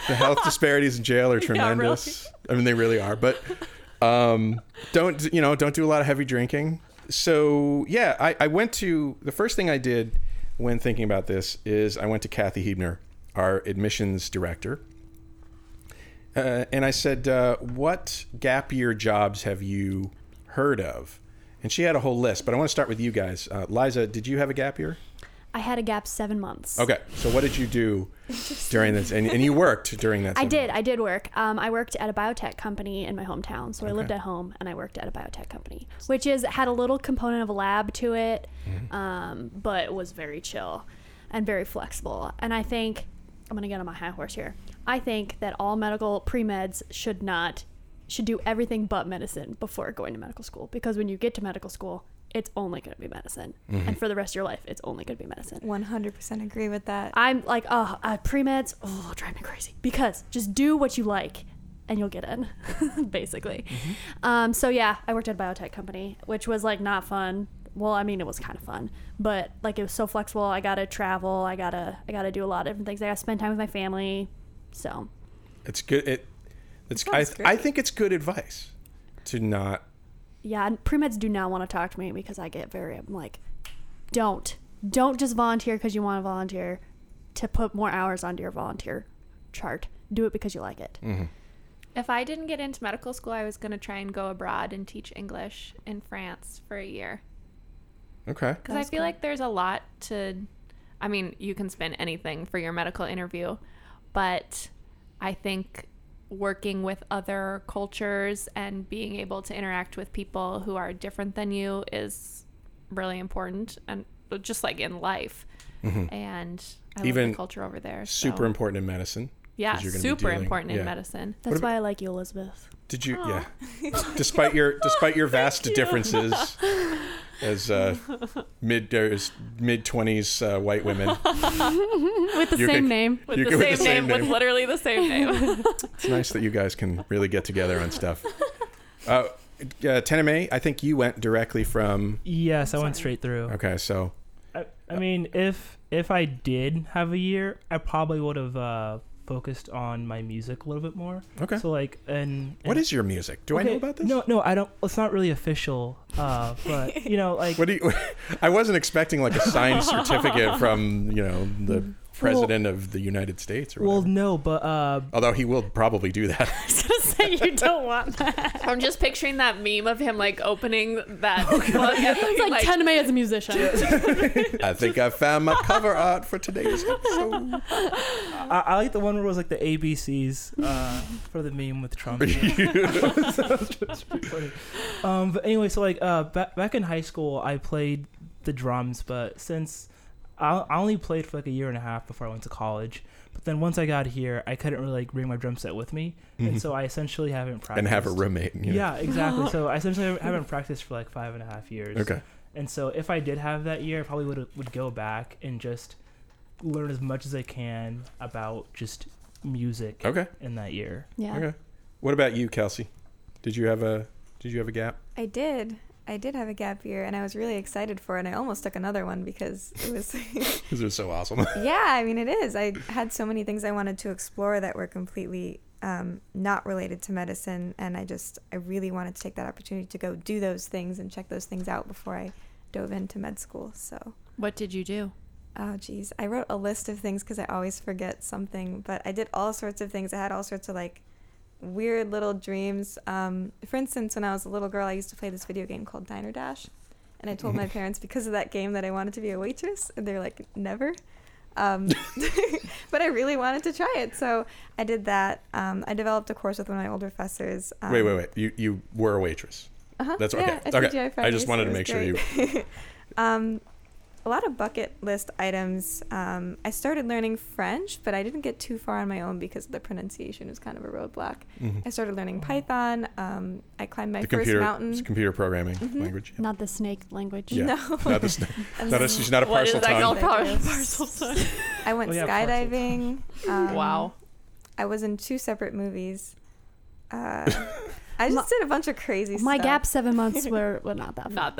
Speaker 1: the health disparities in jail are tremendous. I mean, they really are. But um, don't you know? Don't do a lot of heavy drinking. So yeah, I, I went to the first thing I did when thinking about this is I went to Kathy Hebner, our admissions director, uh, and I said, uh, "What gap year jobs have you heard of?" And she had a whole list. But I want to start with you guys. Uh, Liza, did you have a gap year?
Speaker 6: I had a gap seven months.
Speaker 1: Okay. So what did you do during this? And, and you worked during that.
Speaker 6: I
Speaker 1: summer.
Speaker 6: did. I did work. Um, I worked at a biotech company in my hometown. So I lived
Speaker 1: Okay.
Speaker 6: at home and I worked at a biotech company, which is had a little component of a lab to it, um, but was very chill and very flexible. And I think I'm gonna get on my high horse here. I think that all medical pre meds should not should do everything but medicine before going to medical school because when you get to medical school, it's only going to be medicine,
Speaker 7: Mhm.
Speaker 6: and for the rest of your life, it's only going to be medicine.
Speaker 7: 100% agree with that.
Speaker 6: I'm like, oh, uh, pre meds, oh, drive me crazy. Because just do what you like and you'll get in, basically. Um, so, yeah, I worked at a biotech company, which was like not fun. Well, I mean, it was kind of fun, but like it was so flexible. I got to travel, I got to I gotta do a lot of different things. I got to spend time with my family. So,
Speaker 1: It's good. It. It's. I, I think it's good advice to not.
Speaker 6: yeah, and pre meds do not want to talk to me because I get very, I'm like, don't. Don't just volunteer because you want to volunteer to put more hours onto your volunteer chart. Do it because you like it.
Speaker 4: If I didn't get into medical school, I was going to try and go abroad and teach English in France for a year.
Speaker 1: Okay.
Speaker 4: Because I feel like there's a lot to, I mean, you can spin anything for your medical interview, but I think working with other cultures and being able to interact with people who are different than you is really important, and just like in life.
Speaker 1: Mhm.
Speaker 4: And I love
Speaker 1: Even
Speaker 4: the culture over there. so-
Speaker 1: Super important in medicine. 'cause
Speaker 4: Yeah,
Speaker 1: you're gonna be
Speaker 4: super
Speaker 1: dealing-
Speaker 4: important in
Speaker 1: yeah.
Speaker 4: medicine.
Speaker 1: What
Speaker 6: That's
Speaker 1: about-
Speaker 6: why I like you, Elizabeth.
Speaker 1: Did you? Yeah. Despite your despite your vast differences as uh, mid uh, as mid twenties uh, white women,
Speaker 4: with
Speaker 1: You could-
Speaker 4: With
Speaker 1: you
Speaker 4: the
Speaker 1: could-
Speaker 4: same, name, with literally the same name.
Speaker 1: it's nice that you guys can really get together on stuff. Uh, uh, Tename, I think you went directly from.
Speaker 10: Yes, I went straight through.
Speaker 1: Okay, so
Speaker 10: I, I mean, if if I did have a year, I probably would have uh, focused on my music a little bit more.
Speaker 1: Okay.
Speaker 10: So like, and,
Speaker 1: What is your music? Do I know about
Speaker 10: this? No, no, I don't. It's not really official, uh, but you know, like.
Speaker 1: what do you? I wasn't expecting like a signed certificate from you know the president of the United States or
Speaker 10: Well, no, but uh,
Speaker 1: Although he will probably do that.
Speaker 4: say you don't want that. I'm just picturing that meme of him like opening that. book and
Speaker 6: Oh, It's like,
Speaker 4: like-
Speaker 6: Ten May as a musician.
Speaker 1: I think I found my cover art for today's episode.
Speaker 10: I, I like the one where it was like the ABCs uh, for the meme with Trump. That's pretty funny. Um, but anyway, so like uh, ba- back in high school, I played the drums, but since I, I only played for like a year and a half before I went to college. But then once I got here, I couldn't really like bring my drum set with me,
Speaker 1: Mhm.
Speaker 10: and so I essentially haven't practiced.
Speaker 1: And have a roommate, you know.
Speaker 10: Yeah, exactly. so I essentially haven't practiced for like five and a half years.
Speaker 1: Okay.
Speaker 10: And so if I did have that year, I probably would would go back and just learn as much as I can about just music.
Speaker 1: Okay.
Speaker 10: In that year.
Speaker 6: Yeah.
Speaker 1: Okay. What about you, Kelsey? Did you have a Did you have a gap?
Speaker 7: I did. I did have a gap year, and I was really excited for it. And I almost took another one because it was.
Speaker 1: Because it was so awesome.
Speaker 7: yeah, I mean, it is. I had so many things I wanted to explore that were completely um, not related to medicine, and I just I really wanted to take that opportunity to go do those things and check those things out before I dove into med school. So.
Speaker 4: What did you do?
Speaker 7: Oh geez, I wrote a list of things because I always forget something. But I did all sorts of things. I had all sorts of like weird little dreams. Um, for instance, when I was a little girl, I used to play this video game called Diner Dash, and I told my parents because of that game that I wanted to be a waitress, and they're like, never. Um, but I really wanted to try it, so I did that. Um, I developed a course with one of my old professors. Um,
Speaker 1: wait, wait, wait. You you were a waitress.
Speaker 7: uh-huh.
Speaker 1: That's
Speaker 7: yeah,
Speaker 1: okay.
Speaker 7: at
Speaker 1: okay.
Speaker 7: TGI
Speaker 1: I
Speaker 7: Fridays,
Speaker 1: just wanted
Speaker 7: it
Speaker 1: to
Speaker 7: was
Speaker 1: make sure you.
Speaker 7: great. um, a lot of bucket list items. Um, I started learning French, but I didn't get too far on my own because the pronunciation was kind of a roadblock.
Speaker 1: Mhm.
Speaker 7: I started learning
Speaker 6: Mm-hmm.
Speaker 7: Python. Um, I climbed my
Speaker 1: the
Speaker 7: first
Speaker 1: computer
Speaker 7: mountain.
Speaker 1: it's computer programming
Speaker 7: Mhm.
Speaker 1: language.
Speaker 6: Not the snake language.
Speaker 1: Yeah. Not the snake-
Speaker 7: And
Speaker 1: not a-
Speaker 7: then-
Speaker 1: she's not a What is parcel that tongue. called?
Speaker 4: Parcel tongue.
Speaker 7: I went
Speaker 4: Oh, yeah,
Speaker 7: skydiving. Um,
Speaker 4: Wow.
Speaker 7: I was in two separate movies. Uh, I just did a bunch of crazy stuff.
Speaker 6: My gap seven months were well not that.
Speaker 4: Not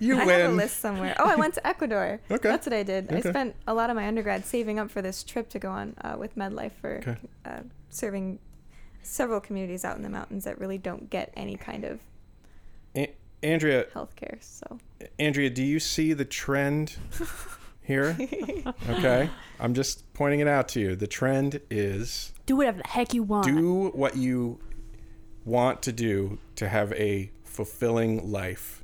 Speaker 1: You
Speaker 7: I have a
Speaker 1: win.
Speaker 7: list somewhere. Oh, I went to Ecuador.
Speaker 1: Okay.
Speaker 7: That's what I did.
Speaker 1: Okay.
Speaker 7: I spent a lot of my undergrad saving up for this trip to go on uh, with MedLife for
Speaker 1: Okay.
Speaker 7: uh, serving several communities out in the mountains that really don't get any kind of
Speaker 1: A- Andrea,
Speaker 7: healthcare. So
Speaker 1: Andrea, do you see the trend here? Okay. I'm just pointing it out to you. The trend is
Speaker 6: Do whatever the heck you want.
Speaker 1: do what you want to do to have a fulfilling life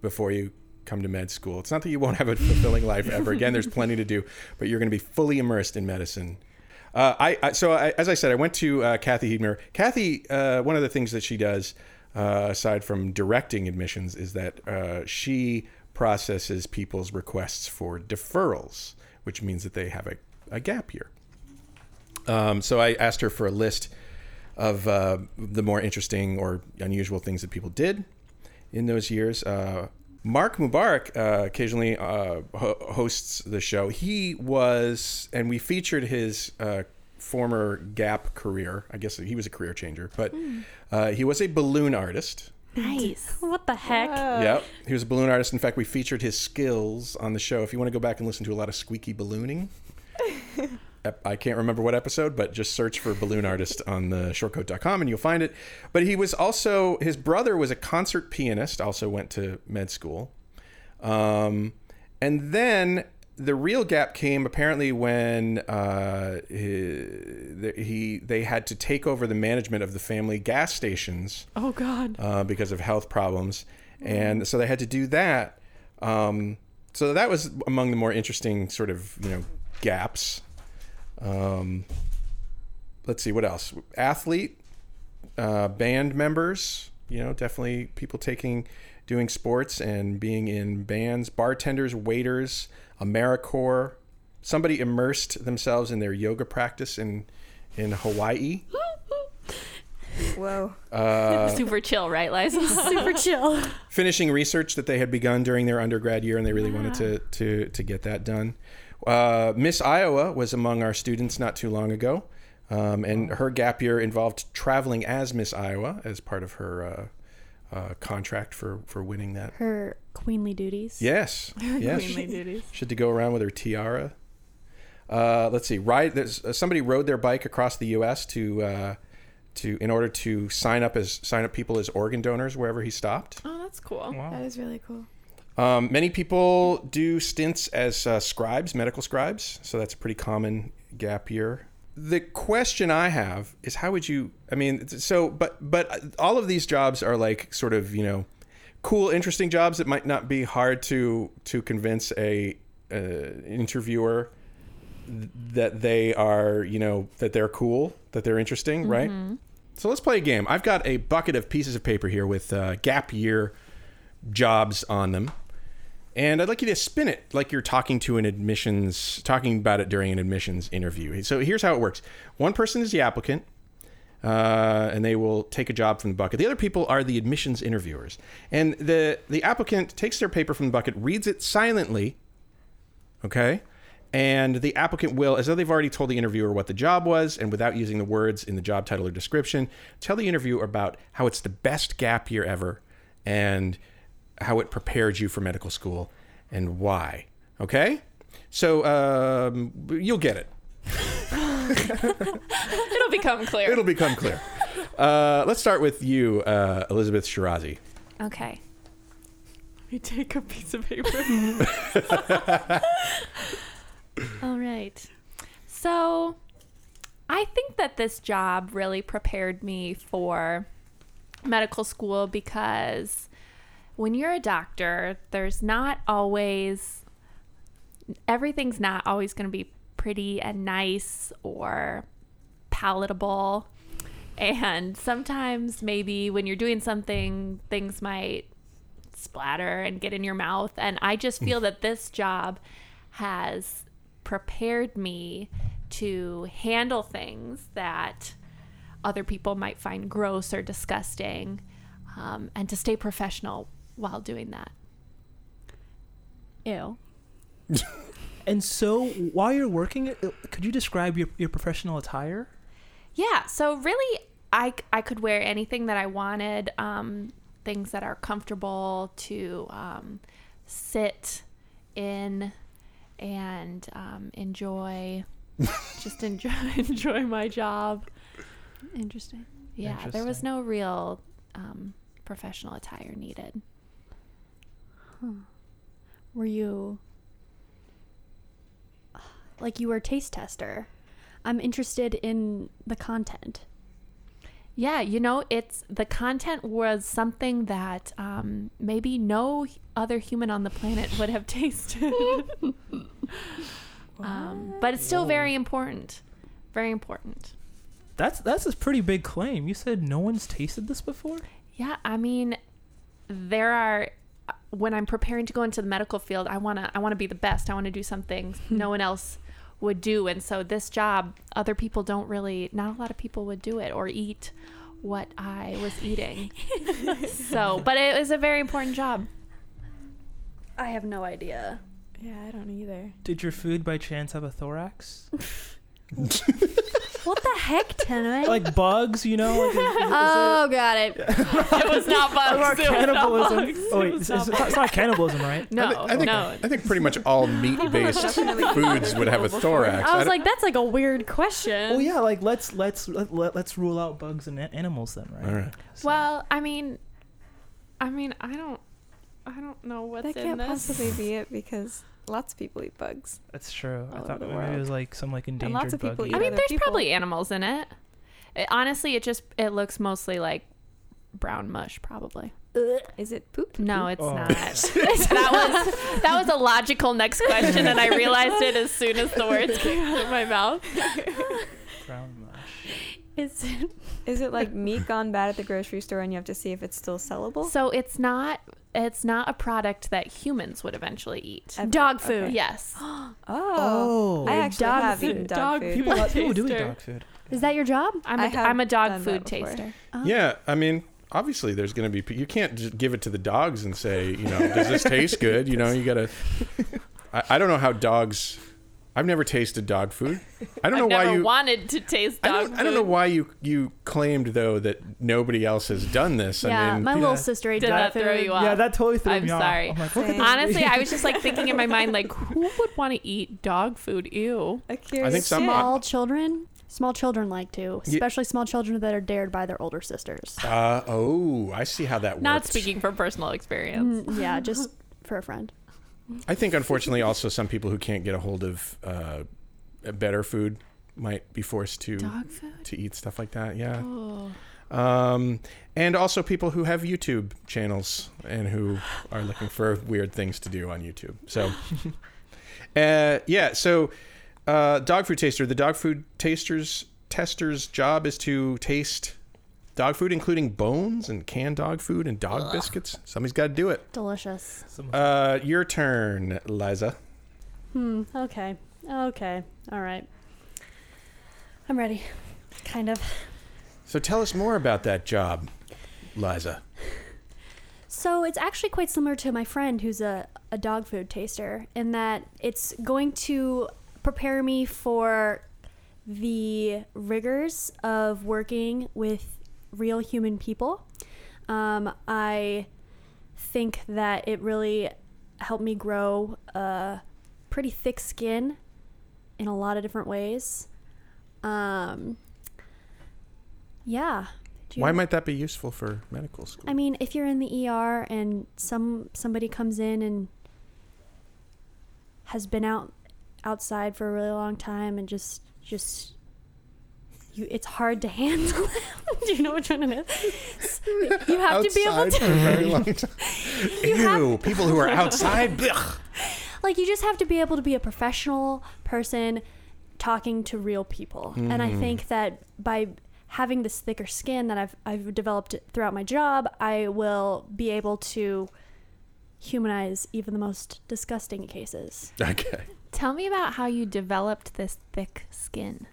Speaker 1: before you come to med school. It's not that you won't have a fulfilling life ever again. There's plenty to do, but you're going to be fully immersed in medicine. Uh, I, I so I, as I said, I went to uh, Kathy Heidmer. Kathy, uh, one of the things that she does uh, aside from directing admissions is that uh, she processes people's requests for deferrals, which means that they have a, a gap year. Um, so I asked her for a list of uh, the more interesting or unusual things that people did in those years. Uh, Mark Mubarak uh, occasionally uh, ho- hosts the show. He was, and we featured his uh, former Gap career. I guess he was a career changer, but
Speaker 4: Hmm.
Speaker 1: uh, he was a balloon artist.
Speaker 6: Nice. What the heck?
Speaker 1: Yep. He was a balloon artist. In fact, we featured his skills on the show. If you want to go back and listen to a lot of squeaky ballooning, ep- I can't remember what episode, but just search for balloon artist on the shortcoat.com and you'll find it. But he was also, his brother was a concert pianist, also went to med school. Um, and then the real gap came apparently when uh, he, he they had to take over the management of the family gas stations
Speaker 4: Oh God.
Speaker 1: uh, because of health problems, and so they had to do that. Um, so that was among the more interesting sort of you know gaps. Um, let's see what else. Athlete, uh, band members. You know, definitely people taking, doing sports and being in bands. Bartenders, waiters, AmeriCorps. Somebody immersed themselves in their yoga practice in in Hawaii.
Speaker 7: whoa,
Speaker 1: Uh,
Speaker 4: Super chill, right, Liza?
Speaker 6: Super chill.
Speaker 1: finishing research that they had begun during their undergrad year, and they really wanted to to to get that done. Uh, Miss Iowa was among our students not too long ago, um, and her gap year involved traveling as Miss Iowa as part of her uh, uh, contract for for winning that.
Speaker 6: Her queenly duties.
Speaker 1: Yes, yes,
Speaker 4: Queenly duties.
Speaker 1: she had to go around with her tiara. Uh, let's see. Ride. There's uh, somebody rode their bike across the U.S. to uh, to in order to sign up as sign up people as organ donors wherever he stopped.
Speaker 4: Oh, that's cool.
Speaker 7: that is really cool.
Speaker 1: Um, many people do stints as uh, scribes, medical scribes, so that's a pretty common gap year. The question I have is how would you? I mean, so but but all of these jobs are like sort of you know cool, interesting jobs that might not be hard to to convince a uh, interviewer that they are you know that they're cool, that they're interesting, right? So let's play a game. I've got a bucket of pieces of paper here with uh, gap year jobs on them. And I'd like you to spin it like you're talking to an admissions, talking about it during an admissions interview. So here's how it works one person is the applicant, uh, and they will take a job from the bucket. The other people are the admissions interviewers. And the, the applicant takes their paper from the bucket, reads it silently, okay? And the applicant will, as though they've already told the interviewer what the job was, and without using the words in the job title or description, tell the interviewer about how it's the best gap year ever and how it prepared you for medical school and why. Okay? So um, you'll get it.
Speaker 4: It'll become clear.
Speaker 1: It'll become clear. Uh, let's start with you, uh, Elizabeth Shirazi.
Speaker 4: Okay. Let me take a piece of paper. All right. So I think that this job really prepared me for medical school because when you're a doctor, there's not always everything's not always going to be pretty and nice or palatable. And sometimes, maybe when you're doing something, things might splatter and get in your mouth. And I just feel that this job has prepared me to handle things that other people might find gross or disgusting um, and to stay professional while doing that.
Speaker 6: Ew.
Speaker 10: And so, while you're working, uh, could you describe your, your professional attire?
Speaker 4: Yeah. So really, I I could wear anything that I wanted. Um, things that are comfortable to um, sit in and um, enjoy. just enjoy enjoy my job.
Speaker 6: Interesting.
Speaker 4: Yeah. There was no real um, professional attire needed.
Speaker 6: Were you like you were a taste tester? I'm interested in the content.
Speaker 4: Yeah, you know, it's the content was something that um, maybe no h- other human on the planet would have tasted. um, but it's still very important. Very important.
Speaker 10: That's that's a pretty big claim. You said no one's tasted this before.
Speaker 4: Yeah, I mean, there are when I'm preparing to go into the medical field, I want to I want to be the best. I want to do something no one else would do. And so this job, other people don't really not a lot of people would do it or eat what I was eating. so, but it was a very important job.
Speaker 6: I have no idea.
Speaker 7: Yeah, I don't either.
Speaker 10: Did your food by chance have a thorax?
Speaker 6: What the heck, Tanner?
Speaker 10: like bugs, you know? Like, is- is
Speaker 6: oh, got it.
Speaker 4: It was not
Speaker 10: it about
Speaker 4: bugs. It was not
Speaker 10: cannibalism?
Speaker 4: bugs.
Speaker 10: Oh
Speaker 4: It
Speaker 10: wait,
Speaker 4: was
Speaker 10: it's,
Speaker 4: not
Speaker 10: it's not,
Speaker 4: bugs.
Speaker 10: it's not cannibalism, right?
Speaker 4: No,
Speaker 1: I, thi- I think
Speaker 4: no.
Speaker 1: I think pretty much all meat-based foods would have a thorax.
Speaker 6: I
Speaker 1: I
Speaker 6: was
Speaker 1: don't-
Speaker 6: like, that's like a weird question.
Speaker 10: Well, yeah, like let's let's let, let, let's rule out bugs and a- animals then, right?
Speaker 1: All right.
Speaker 4: Well, I mean, I mean, I don't, I don't know what's
Speaker 7: That
Speaker 4: in
Speaker 7: can't
Speaker 4: this.
Speaker 7: possibly be it because lots of people eat bugs.
Speaker 10: That's true. I
Speaker 7: All
Speaker 10: thought
Speaker 7: over the
Speaker 10: maybe it was like some like endangered
Speaker 7: lots of
Speaker 10: bug.
Speaker 7: people
Speaker 10: or
Speaker 7: eat
Speaker 4: I mean,
Speaker 7: other
Speaker 4: there's
Speaker 7: people.
Speaker 4: probably animals in it. It- Honestly, it just it looks mostly like brown mush, probably.
Speaker 7: Is it poop?
Speaker 4: No, it's
Speaker 10: Oh.
Speaker 4: not. that was that was a logical next question, and I realized it as soon as the words came out of my mouth.
Speaker 10: brown mush.
Speaker 6: Is it
Speaker 7: Is it like meat gone bad at the grocery store and you have to see if it's still sellable?
Speaker 4: So it's not it's not a product that humans would eventually eat.
Speaker 6: dog food?
Speaker 4: Yes.
Speaker 7: Oh, I
Speaker 10: Oh.
Speaker 7: actually
Speaker 6: Dog
Speaker 7: have
Speaker 6: food-
Speaker 7: eaten dog,
Speaker 4: dog
Speaker 7: food.
Speaker 10: People, lot- people do eat
Speaker 4: Taster.
Speaker 10: dog food.
Speaker 6: Is that your job?
Speaker 4: I'm
Speaker 7: I
Speaker 4: a,
Speaker 7: have
Speaker 4: I'm a
Speaker 7: done
Speaker 4: dog
Speaker 7: that
Speaker 4: food
Speaker 7: before.
Speaker 4: taster.
Speaker 1: yeah, I mean, obviously there's going to be. pe- You can't just give it to the dogs and say, you know, does this taste good? You know, you got to. I, I don't know how dogs. I've never tasted dog food. I don't
Speaker 4: I've
Speaker 1: know why
Speaker 4: never
Speaker 1: you.
Speaker 4: wanted to taste
Speaker 1: I
Speaker 4: dog
Speaker 1: don't,
Speaker 4: food.
Speaker 1: I don't know why you you claimed though that nobody else has done this. I
Speaker 6: yeah,
Speaker 1: mean,
Speaker 6: my
Speaker 10: yeah.
Speaker 6: little sister ate
Speaker 4: Did
Speaker 6: dog
Speaker 4: that throw
Speaker 6: food.
Speaker 4: you off?
Speaker 10: Yeah, that totally threw
Speaker 4: I'm
Speaker 10: me
Speaker 4: sorry.
Speaker 10: off. I'm like, look at
Speaker 7: Same.
Speaker 10: this-
Speaker 4: Honestly, I was just like thinking in my mind, like, who would want to eat dog food? Ew.
Speaker 7: A curious
Speaker 1: some-
Speaker 7: kid.
Speaker 6: Small children, small children like to, especially small children that are dared by their older sisters.
Speaker 1: uh, oh, I see how that works.
Speaker 4: Not speaking from personal experience.
Speaker 6: Mm, yeah, just for a friend.
Speaker 1: I think, unfortunately, also some people who can't get a hold of uh, better food might be forced to
Speaker 4: Dog food? Oh.
Speaker 1: to eat stuff like that. Yeah. Um, and also people who have YouTube channels and who are looking for weird things to do on YouTube. So, uh, yeah. So, uh, dog food taster. The dog food taster's tester's job is to taste Dog food, including bones and canned dog food and dog
Speaker 6: Ugh.
Speaker 1: biscuits. Somebody's got to do it.
Speaker 6: Delicious.
Speaker 1: Uh, your turn, Liza.
Speaker 6: Hmm. Okay. Okay. All right. I'm ready. Kind of.
Speaker 1: So tell us more about that job, Liza.
Speaker 6: So it's actually quite similar to my friend who's a, a dog food taster in that it's going to prepare me for the rigors of working with real human people. Um, I think that it really helped me grow a pretty thick skin in a lot of different ways. Um, yeah. Do you-
Speaker 1: Why might that be useful for medical school?
Speaker 6: I mean, if you're in the ER and some somebody comes in and has been out outside for a really long time and just just you, it's hard to handle. Do you know what I'm trying to? You have to be able
Speaker 1: Outside
Speaker 6: to.
Speaker 1: for a very long time. Ew, people who are outside. blech.
Speaker 6: like you just have to be able to be a professional person talking to real people and i
Speaker 4: Mm.
Speaker 12: Mhm.
Speaker 6: think that by having this thicker skin that I've, I've developed throughout my job i will be able to humanize even the most disgusting cases
Speaker 1: Okay.
Speaker 4: Tell me about how you developed this thick skin.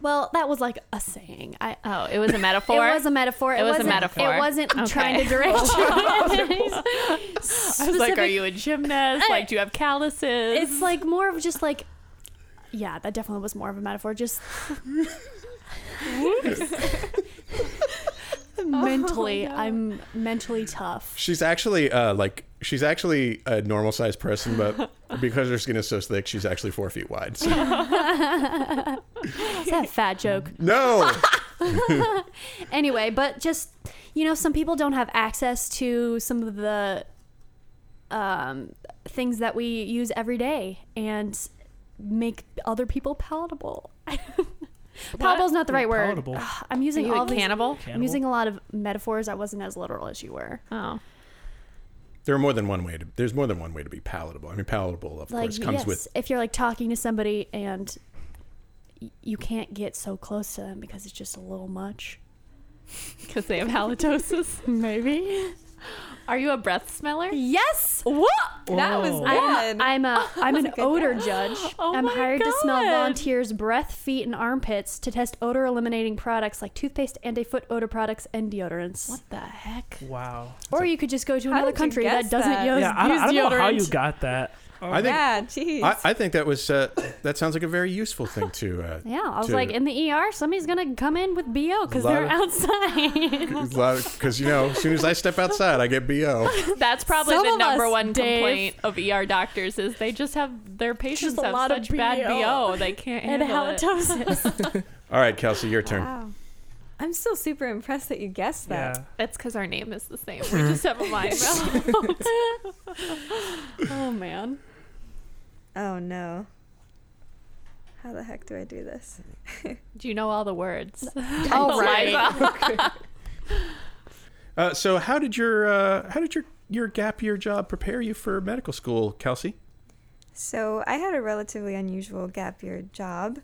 Speaker 6: well that was like a saying i
Speaker 4: Oh, it was a metaphor.
Speaker 6: It was a metaphor.
Speaker 4: It, was a
Speaker 6: wasn't-
Speaker 4: metaphor.
Speaker 6: It wasn't
Speaker 4: Okay.
Speaker 6: trying to direct you.
Speaker 4: I was like, "Are you a gymnast? Like, do you have calluses?"
Speaker 6: It's like more of just like, yeah, that definitely was more of a metaphor. Just mentally,
Speaker 4: Oh, no.
Speaker 6: I'm mentally tough.
Speaker 1: She's actually uh, like she's actually a normal sized person, but because her skin is so thick, she's actually four feet wide.
Speaker 6: Is
Speaker 1: So-
Speaker 6: that a fat joke?
Speaker 1: No.
Speaker 6: anyway, but just you know, some people don't have access to some of the um, things that we use every day and make other people palatable. Palatable's not the right word.
Speaker 4: Palatable?
Speaker 6: Ugh, I'm using
Speaker 4: Are you a
Speaker 6: all these-
Speaker 4: cannibal?
Speaker 6: I'm
Speaker 1: Cannibal?
Speaker 6: using a lot of metaphors. I wasn't as literal as you were.
Speaker 4: Oh,
Speaker 1: there are more than one way to. There's more than one way to be palatable. I mean, palatable of
Speaker 6: like
Speaker 1: course comes
Speaker 6: yes,
Speaker 1: with
Speaker 6: if you're like talking to somebody and y- you can't get so close to them because it's just a little much.
Speaker 4: because they have halitosis.
Speaker 6: Maybe.
Speaker 4: Are you a breath smeller?
Speaker 6: Yes. What?
Speaker 4: That was
Speaker 6: I'm, a- I'm a I'm an odor judge.
Speaker 4: Oh
Speaker 6: I'm
Speaker 4: my
Speaker 6: hired to smell
Speaker 4: God.
Speaker 6: volunteers' breath, feet, and armpits to test odor eliminating products like toothpaste, anti-foot odor products, and deodorants. What
Speaker 4: the heck?
Speaker 10: Wow.
Speaker 6: Or you could just go to
Speaker 7: How
Speaker 6: another
Speaker 7: did you
Speaker 6: country
Speaker 7: guess
Speaker 6: that doesn't
Speaker 7: that?
Speaker 6: use,
Speaker 10: yeah, I, don't- I
Speaker 6: use
Speaker 10: don't know how
Speaker 6: deodorant.
Speaker 10: you got that.
Speaker 7: Oh,
Speaker 1: I think-
Speaker 7: yeah, jeez.
Speaker 1: I, I think that was uh, that sounds like a very useful thing to. Uh,
Speaker 6: Yeah, I was
Speaker 1: to-
Speaker 6: like, in the ER, somebody's gonna come in with bo because
Speaker 1: Lot
Speaker 6: they're
Speaker 1: of-
Speaker 6: outside.
Speaker 1: because you know, as soon as I step outside, I get bo.
Speaker 4: That's probably
Speaker 6: Some
Speaker 4: the
Speaker 6: of us,
Speaker 4: number one
Speaker 6: Dave.
Speaker 4: complaint of ER doctors is they just have their patients
Speaker 6: a
Speaker 4: have
Speaker 6: lot of
Speaker 4: such bad
Speaker 6: BO.
Speaker 4: BO they can't
Speaker 6: And
Speaker 4: handle it.
Speaker 6: halitosis.
Speaker 1: All right, Kelsey, your turn.
Speaker 7: Wow. I'm still super impressed that you guessed that.
Speaker 1: Yeah.
Speaker 4: That's because our name is the same. We just have a mind meld.
Speaker 6: oh man.
Speaker 7: Oh no. How the heck do I do this?
Speaker 4: Do you know all the words?
Speaker 7: All right.
Speaker 4: Liza.
Speaker 1: Uh, so, how did your uh, how did your your gap year job prepare you for medical school, Kelsey?
Speaker 7: So I had a relatively unusual gap year job,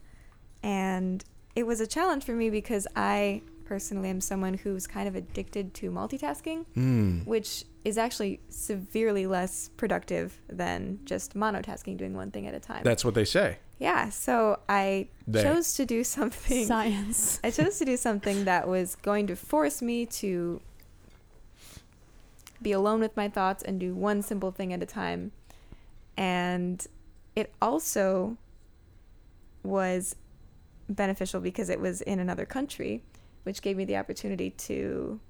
Speaker 7: and it was a challenge for me because I personally am someone who's kind of addicted to multitasking,
Speaker 12: Mm.
Speaker 7: which is actually severely less productive than just monotasking, doing one thing at a time.
Speaker 1: That's what they say.
Speaker 7: Yeah, so I
Speaker 1: They.
Speaker 7: chose to do something.
Speaker 6: Science.
Speaker 7: I chose to do something that was going to force me to be alone with my thoughts and do one simple thing at a time. And it also was beneficial because it was in another country, which gave me the opportunity to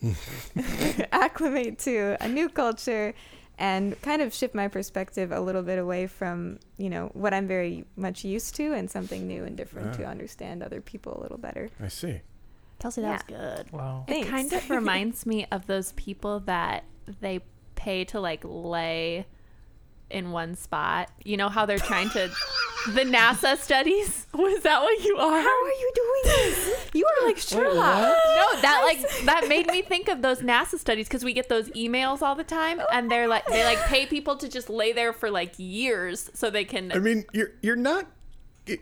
Speaker 7: acclimate to a new culture and kind of shift my perspective a little bit away from you know what i'm very much used to and something new and different to
Speaker 1: Ah.
Speaker 7: understand other people a little better
Speaker 1: I see.
Speaker 6: Kelsey, that was good.
Speaker 10: Wow.
Speaker 4: It
Speaker 7: Thanks.
Speaker 4: kind of reminds me of those people that they pay to like lay in one spot. You know how they're trying to the NASA studies? Was Oh, that what you are? How
Speaker 7: are you doing this? You are like Sherlock.
Speaker 4: No, that like that made me think of those NASA studies because we get those emails all the time and they're like they like pay people to just lay there for like years so they can
Speaker 1: I mean, you're you're not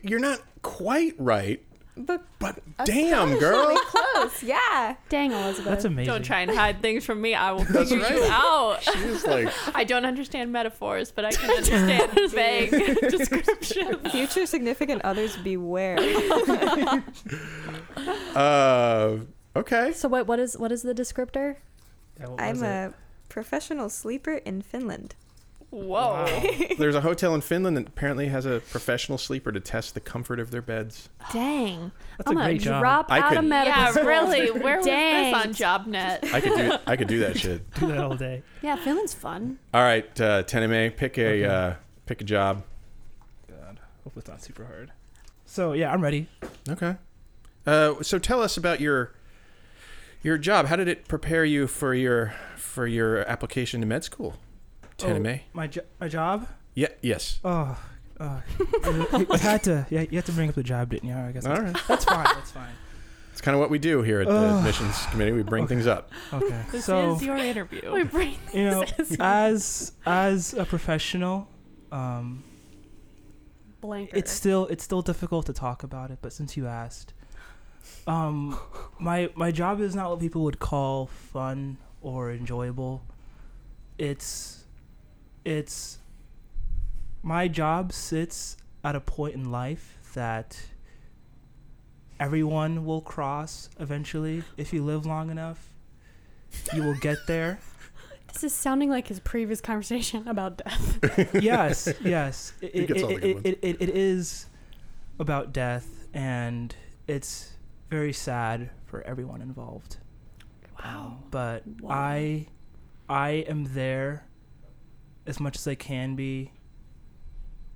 Speaker 1: you're not quite right
Speaker 7: But,
Speaker 1: but damn, girl.
Speaker 7: close, yeah.
Speaker 6: Dang, Elizabeth.
Speaker 10: That's amazing.
Speaker 4: Don't try and hide things from me. I will
Speaker 1: That's
Speaker 4: figure you
Speaker 1: right.
Speaker 4: out.
Speaker 1: She's like,
Speaker 4: I don't understand metaphors, but I can understand vague descriptions.
Speaker 7: Future significant others beware.
Speaker 1: uh, okay.
Speaker 6: So wait, what is what is the descriptor?
Speaker 10: Yeah, what was
Speaker 7: I'm
Speaker 10: it?
Speaker 7: a professional sleeper in Finland.
Speaker 4: Whoa.
Speaker 1: There's a hotel in Finland that apparently has a professional sleeper to test the comfort of their beds.
Speaker 4: Dang.
Speaker 10: That's
Speaker 6: I'm
Speaker 10: a
Speaker 6: gonna
Speaker 10: great job.
Speaker 6: drop
Speaker 1: I
Speaker 6: out of
Speaker 1: could-
Speaker 6: medical
Speaker 4: Yeah,
Speaker 6: school.
Speaker 4: really. Where was
Speaker 6: Dang.
Speaker 4: this on JobNet?
Speaker 1: I could do. I could do that shit.
Speaker 10: Do that all day.
Speaker 6: Yeah, Finland's fun.
Speaker 1: All right, uh, Teneme, pick a uh, pick a job.
Speaker 10: God, hope it's not super hard. So yeah, I'm ready.
Speaker 1: Okay. Uh, so tell us about your your job. How did it prepare you for your for your application to med school, Teneme?
Speaker 10: Oh, my jo- my job.
Speaker 1: Yeah. Yes.
Speaker 10: Oh, oh. you had to. Yeah, you had to bring up the job, didn't you? I guess.
Speaker 1: All
Speaker 10: That's,
Speaker 1: right.
Speaker 10: that's fine. That's fine.
Speaker 1: It's kind of what we do here at the
Speaker 10: Ugh.
Speaker 1: admissions committee. We bring things up.
Speaker 10: Okay.
Speaker 4: This
Speaker 10: so
Speaker 4: is your interview.
Speaker 6: We bring
Speaker 10: you know, as as a professional, um,
Speaker 6: blanker.
Speaker 10: it's still it's still difficult to talk about it. But since you asked, um, my my job is not what people would call fun or enjoyable. It's it's my job sits at a point in life that everyone will cross eventually if you live long enough. You will get there.
Speaker 6: this is sounding like his previous conversation about death.
Speaker 10: yes, yes. It, it,
Speaker 1: gets all the
Speaker 10: it-
Speaker 1: good ones.
Speaker 10: it- it- it is about death, and it's very sad for everyone involved. Um,
Speaker 4: Wow.
Speaker 10: But
Speaker 6: Wow.
Speaker 10: I, I am there as much as I can be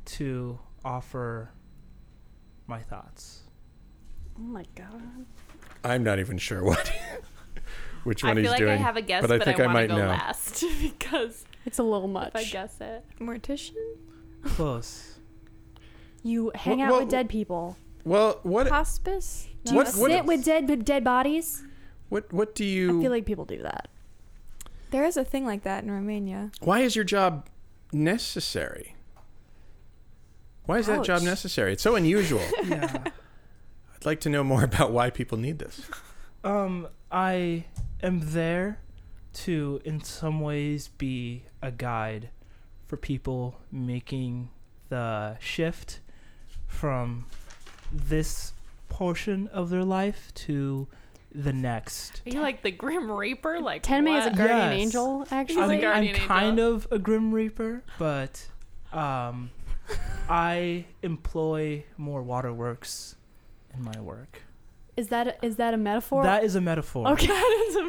Speaker 10: to offer my thoughts.
Speaker 6: Oh my god.
Speaker 1: I'm not even sure what which
Speaker 4: I
Speaker 1: one
Speaker 4: feel
Speaker 1: he's
Speaker 4: like
Speaker 1: doing.
Speaker 4: I have a guess,
Speaker 1: but I think I,
Speaker 4: want to
Speaker 1: might
Speaker 4: go
Speaker 1: know.
Speaker 4: last because
Speaker 6: It's a little
Speaker 4: if I
Speaker 6: much.
Speaker 4: guess it.
Speaker 7: Mortician?
Speaker 10: Close.
Speaker 6: You hang
Speaker 1: Wha-
Speaker 6: out
Speaker 1: wha-
Speaker 6: with dead people.
Speaker 1: Well, what
Speaker 7: Hospice?
Speaker 6: Do you
Speaker 1: What-
Speaker 6: sit
Speaker 1: what-
Speaker 6: with dead with dead bodies?
Speaker 1: what what do
Speaker 6: I
Speaker 1: you?
Speaker 6: feel like people do that.
Speaker 7: There is a thing like that in Romania.
Speaker 1: why is your job necessary? Why is that job
Speaker 6: Ouch.
Speaker 1: necessary? It's so unusual.
Speaker 10: Yeah.
Speaker 1: I'd like to know more about why people need this.
Speaker 10: Um, I am there to, in some ways, be a guide for people making the shift from this portion of their life to the next.
Speaker 4: Are you like the Grim Reaper? Like
Speaker 6: Tenme is a
Speaker 4: what?
Speaker 6: guardian
Speaker 10: Yes.
Speaker 6: angel, actually.
Speaker 4: She's a
Speaker 10: I mean, I'm
Speaker 4: guardian angel.
Speaker 10: kind of a Grim Reaper, but um, I employ more waterworks in my work.
Speaker 6: Is that is that a metaphor?
Speaker 10: that is a metaphor.
Speaker 6: Okay.
Speaker 4: That is a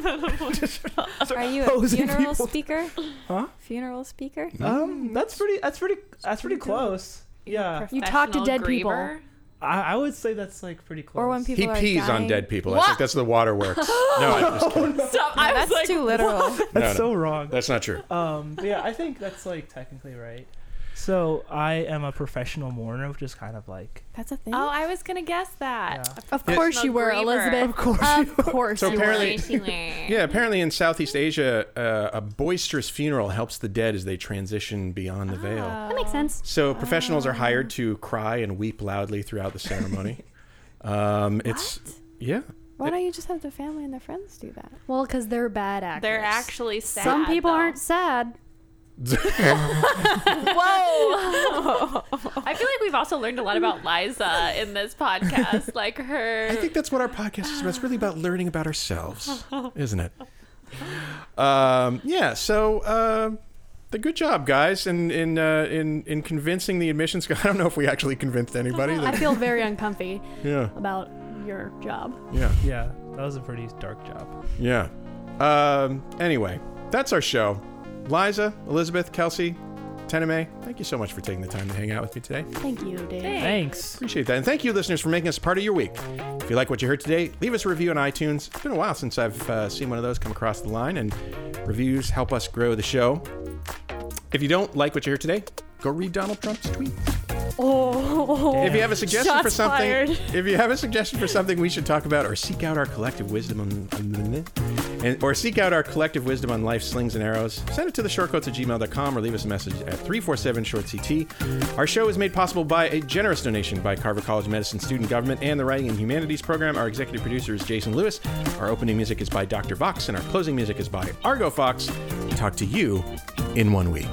Speaker 4: metaphor.
Speaker 7: Are you a
Speaker 10: Opposing
Speaker 7: funeral
Speaker 10: people.
Speaker 7: speaker?
Speaker 4: Oh.
Speaker 10: Huh?
Speaker 7: Funeral speaker?
Speaker 1: Mm.
Speaker 10: Um, that's pretty. That's pretty. That's pretty close. Yeah,
Speaker 6: You talk to
Speaker 4: Professional
Speaker 6: dead people.
Speaker 4: griever?
Speaker 10: I, I would say that's like pretty close.
Speaker 7: Or when people
Speaker 1: He
Speaker 7: are
Speaker 1: pees
Speaker 7: dying.
Speaker 1: on dead people. I
Speaker 4: What?
Speaker 1: think that's the waterworks. no, I'm just kidding.
Speaker 4: Stop. I was
Speaker 7: That's
Speaker 4: like,
Speaker 7: too literal.
Speaker 1: No,
Speaker 10: that's
Speaker 1: no.
Speaker 10: so wrong.
Speaker 1: That's not true.
Speaker 10: Um, but yeah, I think that's like technically right. So I am a professional mourner, which is kind of like
Speaker 7: That's a thing.
Speaker 4: Oh, I was gonna guess that.
Speaker 10: Yeah.
Speaker 6: of course you
Speaker 4: Professional
Speaker 6: were,
Speaker 4: griever.
Speaker 6: Elizabeth. Of course. Of course.
Speaker 1: So
Speaker 6: you were.
Speaker 1: apparently-
Speaker 4: yeah.
Speaker 1: Yeah, apparently in Southeast Asia, uh, a boisterous funeral helps the dead as they transition beyond the
Speaker 7: Ah.
Speaker 1: veil.
Speaker 6: that makes sense.
Speaker 1: So professionals are hired to cry and weep loudly throughout the ceremony. um, it's yeah.
Speaker 7: Uh, Why don't you just have the family and their friends do that?
Speaker 6: Well, because they're bad actors.
Speaker 4: They're actually sad.
Speaker 6: Some people
Speaker 4: though.
Speaker 6: aren't sad.
Speaker 4: Whoa! I feel like we've also learned a lot about Liza in this podcast. Like her.
Speaker 1: I think that's what our podcast is about. It's really about learning about ourselves, isn't it? Um, yeah. So uh, the good job, guys, in in uh, in in convincing the admissions. I don't know if we actually convinced anybody.
Speaker 6: I
Speaker 1: That,
Speaker 6: feel very uncomfy
Speaker 1: yeah.
Speaker 6: about your job.
Speaker 1: Yeah.
Speaker 10: yeah, that was a pretty dark job.
Speaker 1: Yeah. Um, anyway, that's our show. Liza, Elizabeth, Kelsey, Teneme, thank you so much for taking the time to hang out with me today.
Speaker 6: Thank you, Dave.
Speaker 10: Thanks.
Speaker 1: Appreciate that. And thank you, listeners, for making us part of your week. If you like what you heard today, leave us a review on iTunes. It's been a while since I've uh, seen one of those come across the line, and reviews help us grow the show. If you don't like what you heard today, go read Donald Trump's tweet.
Speaker 6: Oh.
Speaker 1: If you have a suggestion
Speaker 6: Shots
Speaker 1: for something,
Speaker 6: fired.
Speaker 1: if you have a suggestion for something we should talk about, or seek out our collective wisdom on, and, or seek out our collective wisdom on life, slings, and arrows, send it to the shortcoats at gmail.com or leave us a message at 347 short CT. Our show is made possible by a generous donation by Carver College Medicine Student Government and the Writing and Humanities Program. Our executive producer is Jason Lewis. Our opening music is by Dr. Vox, and our closing music is by Argo Fox. Talk to you in one week.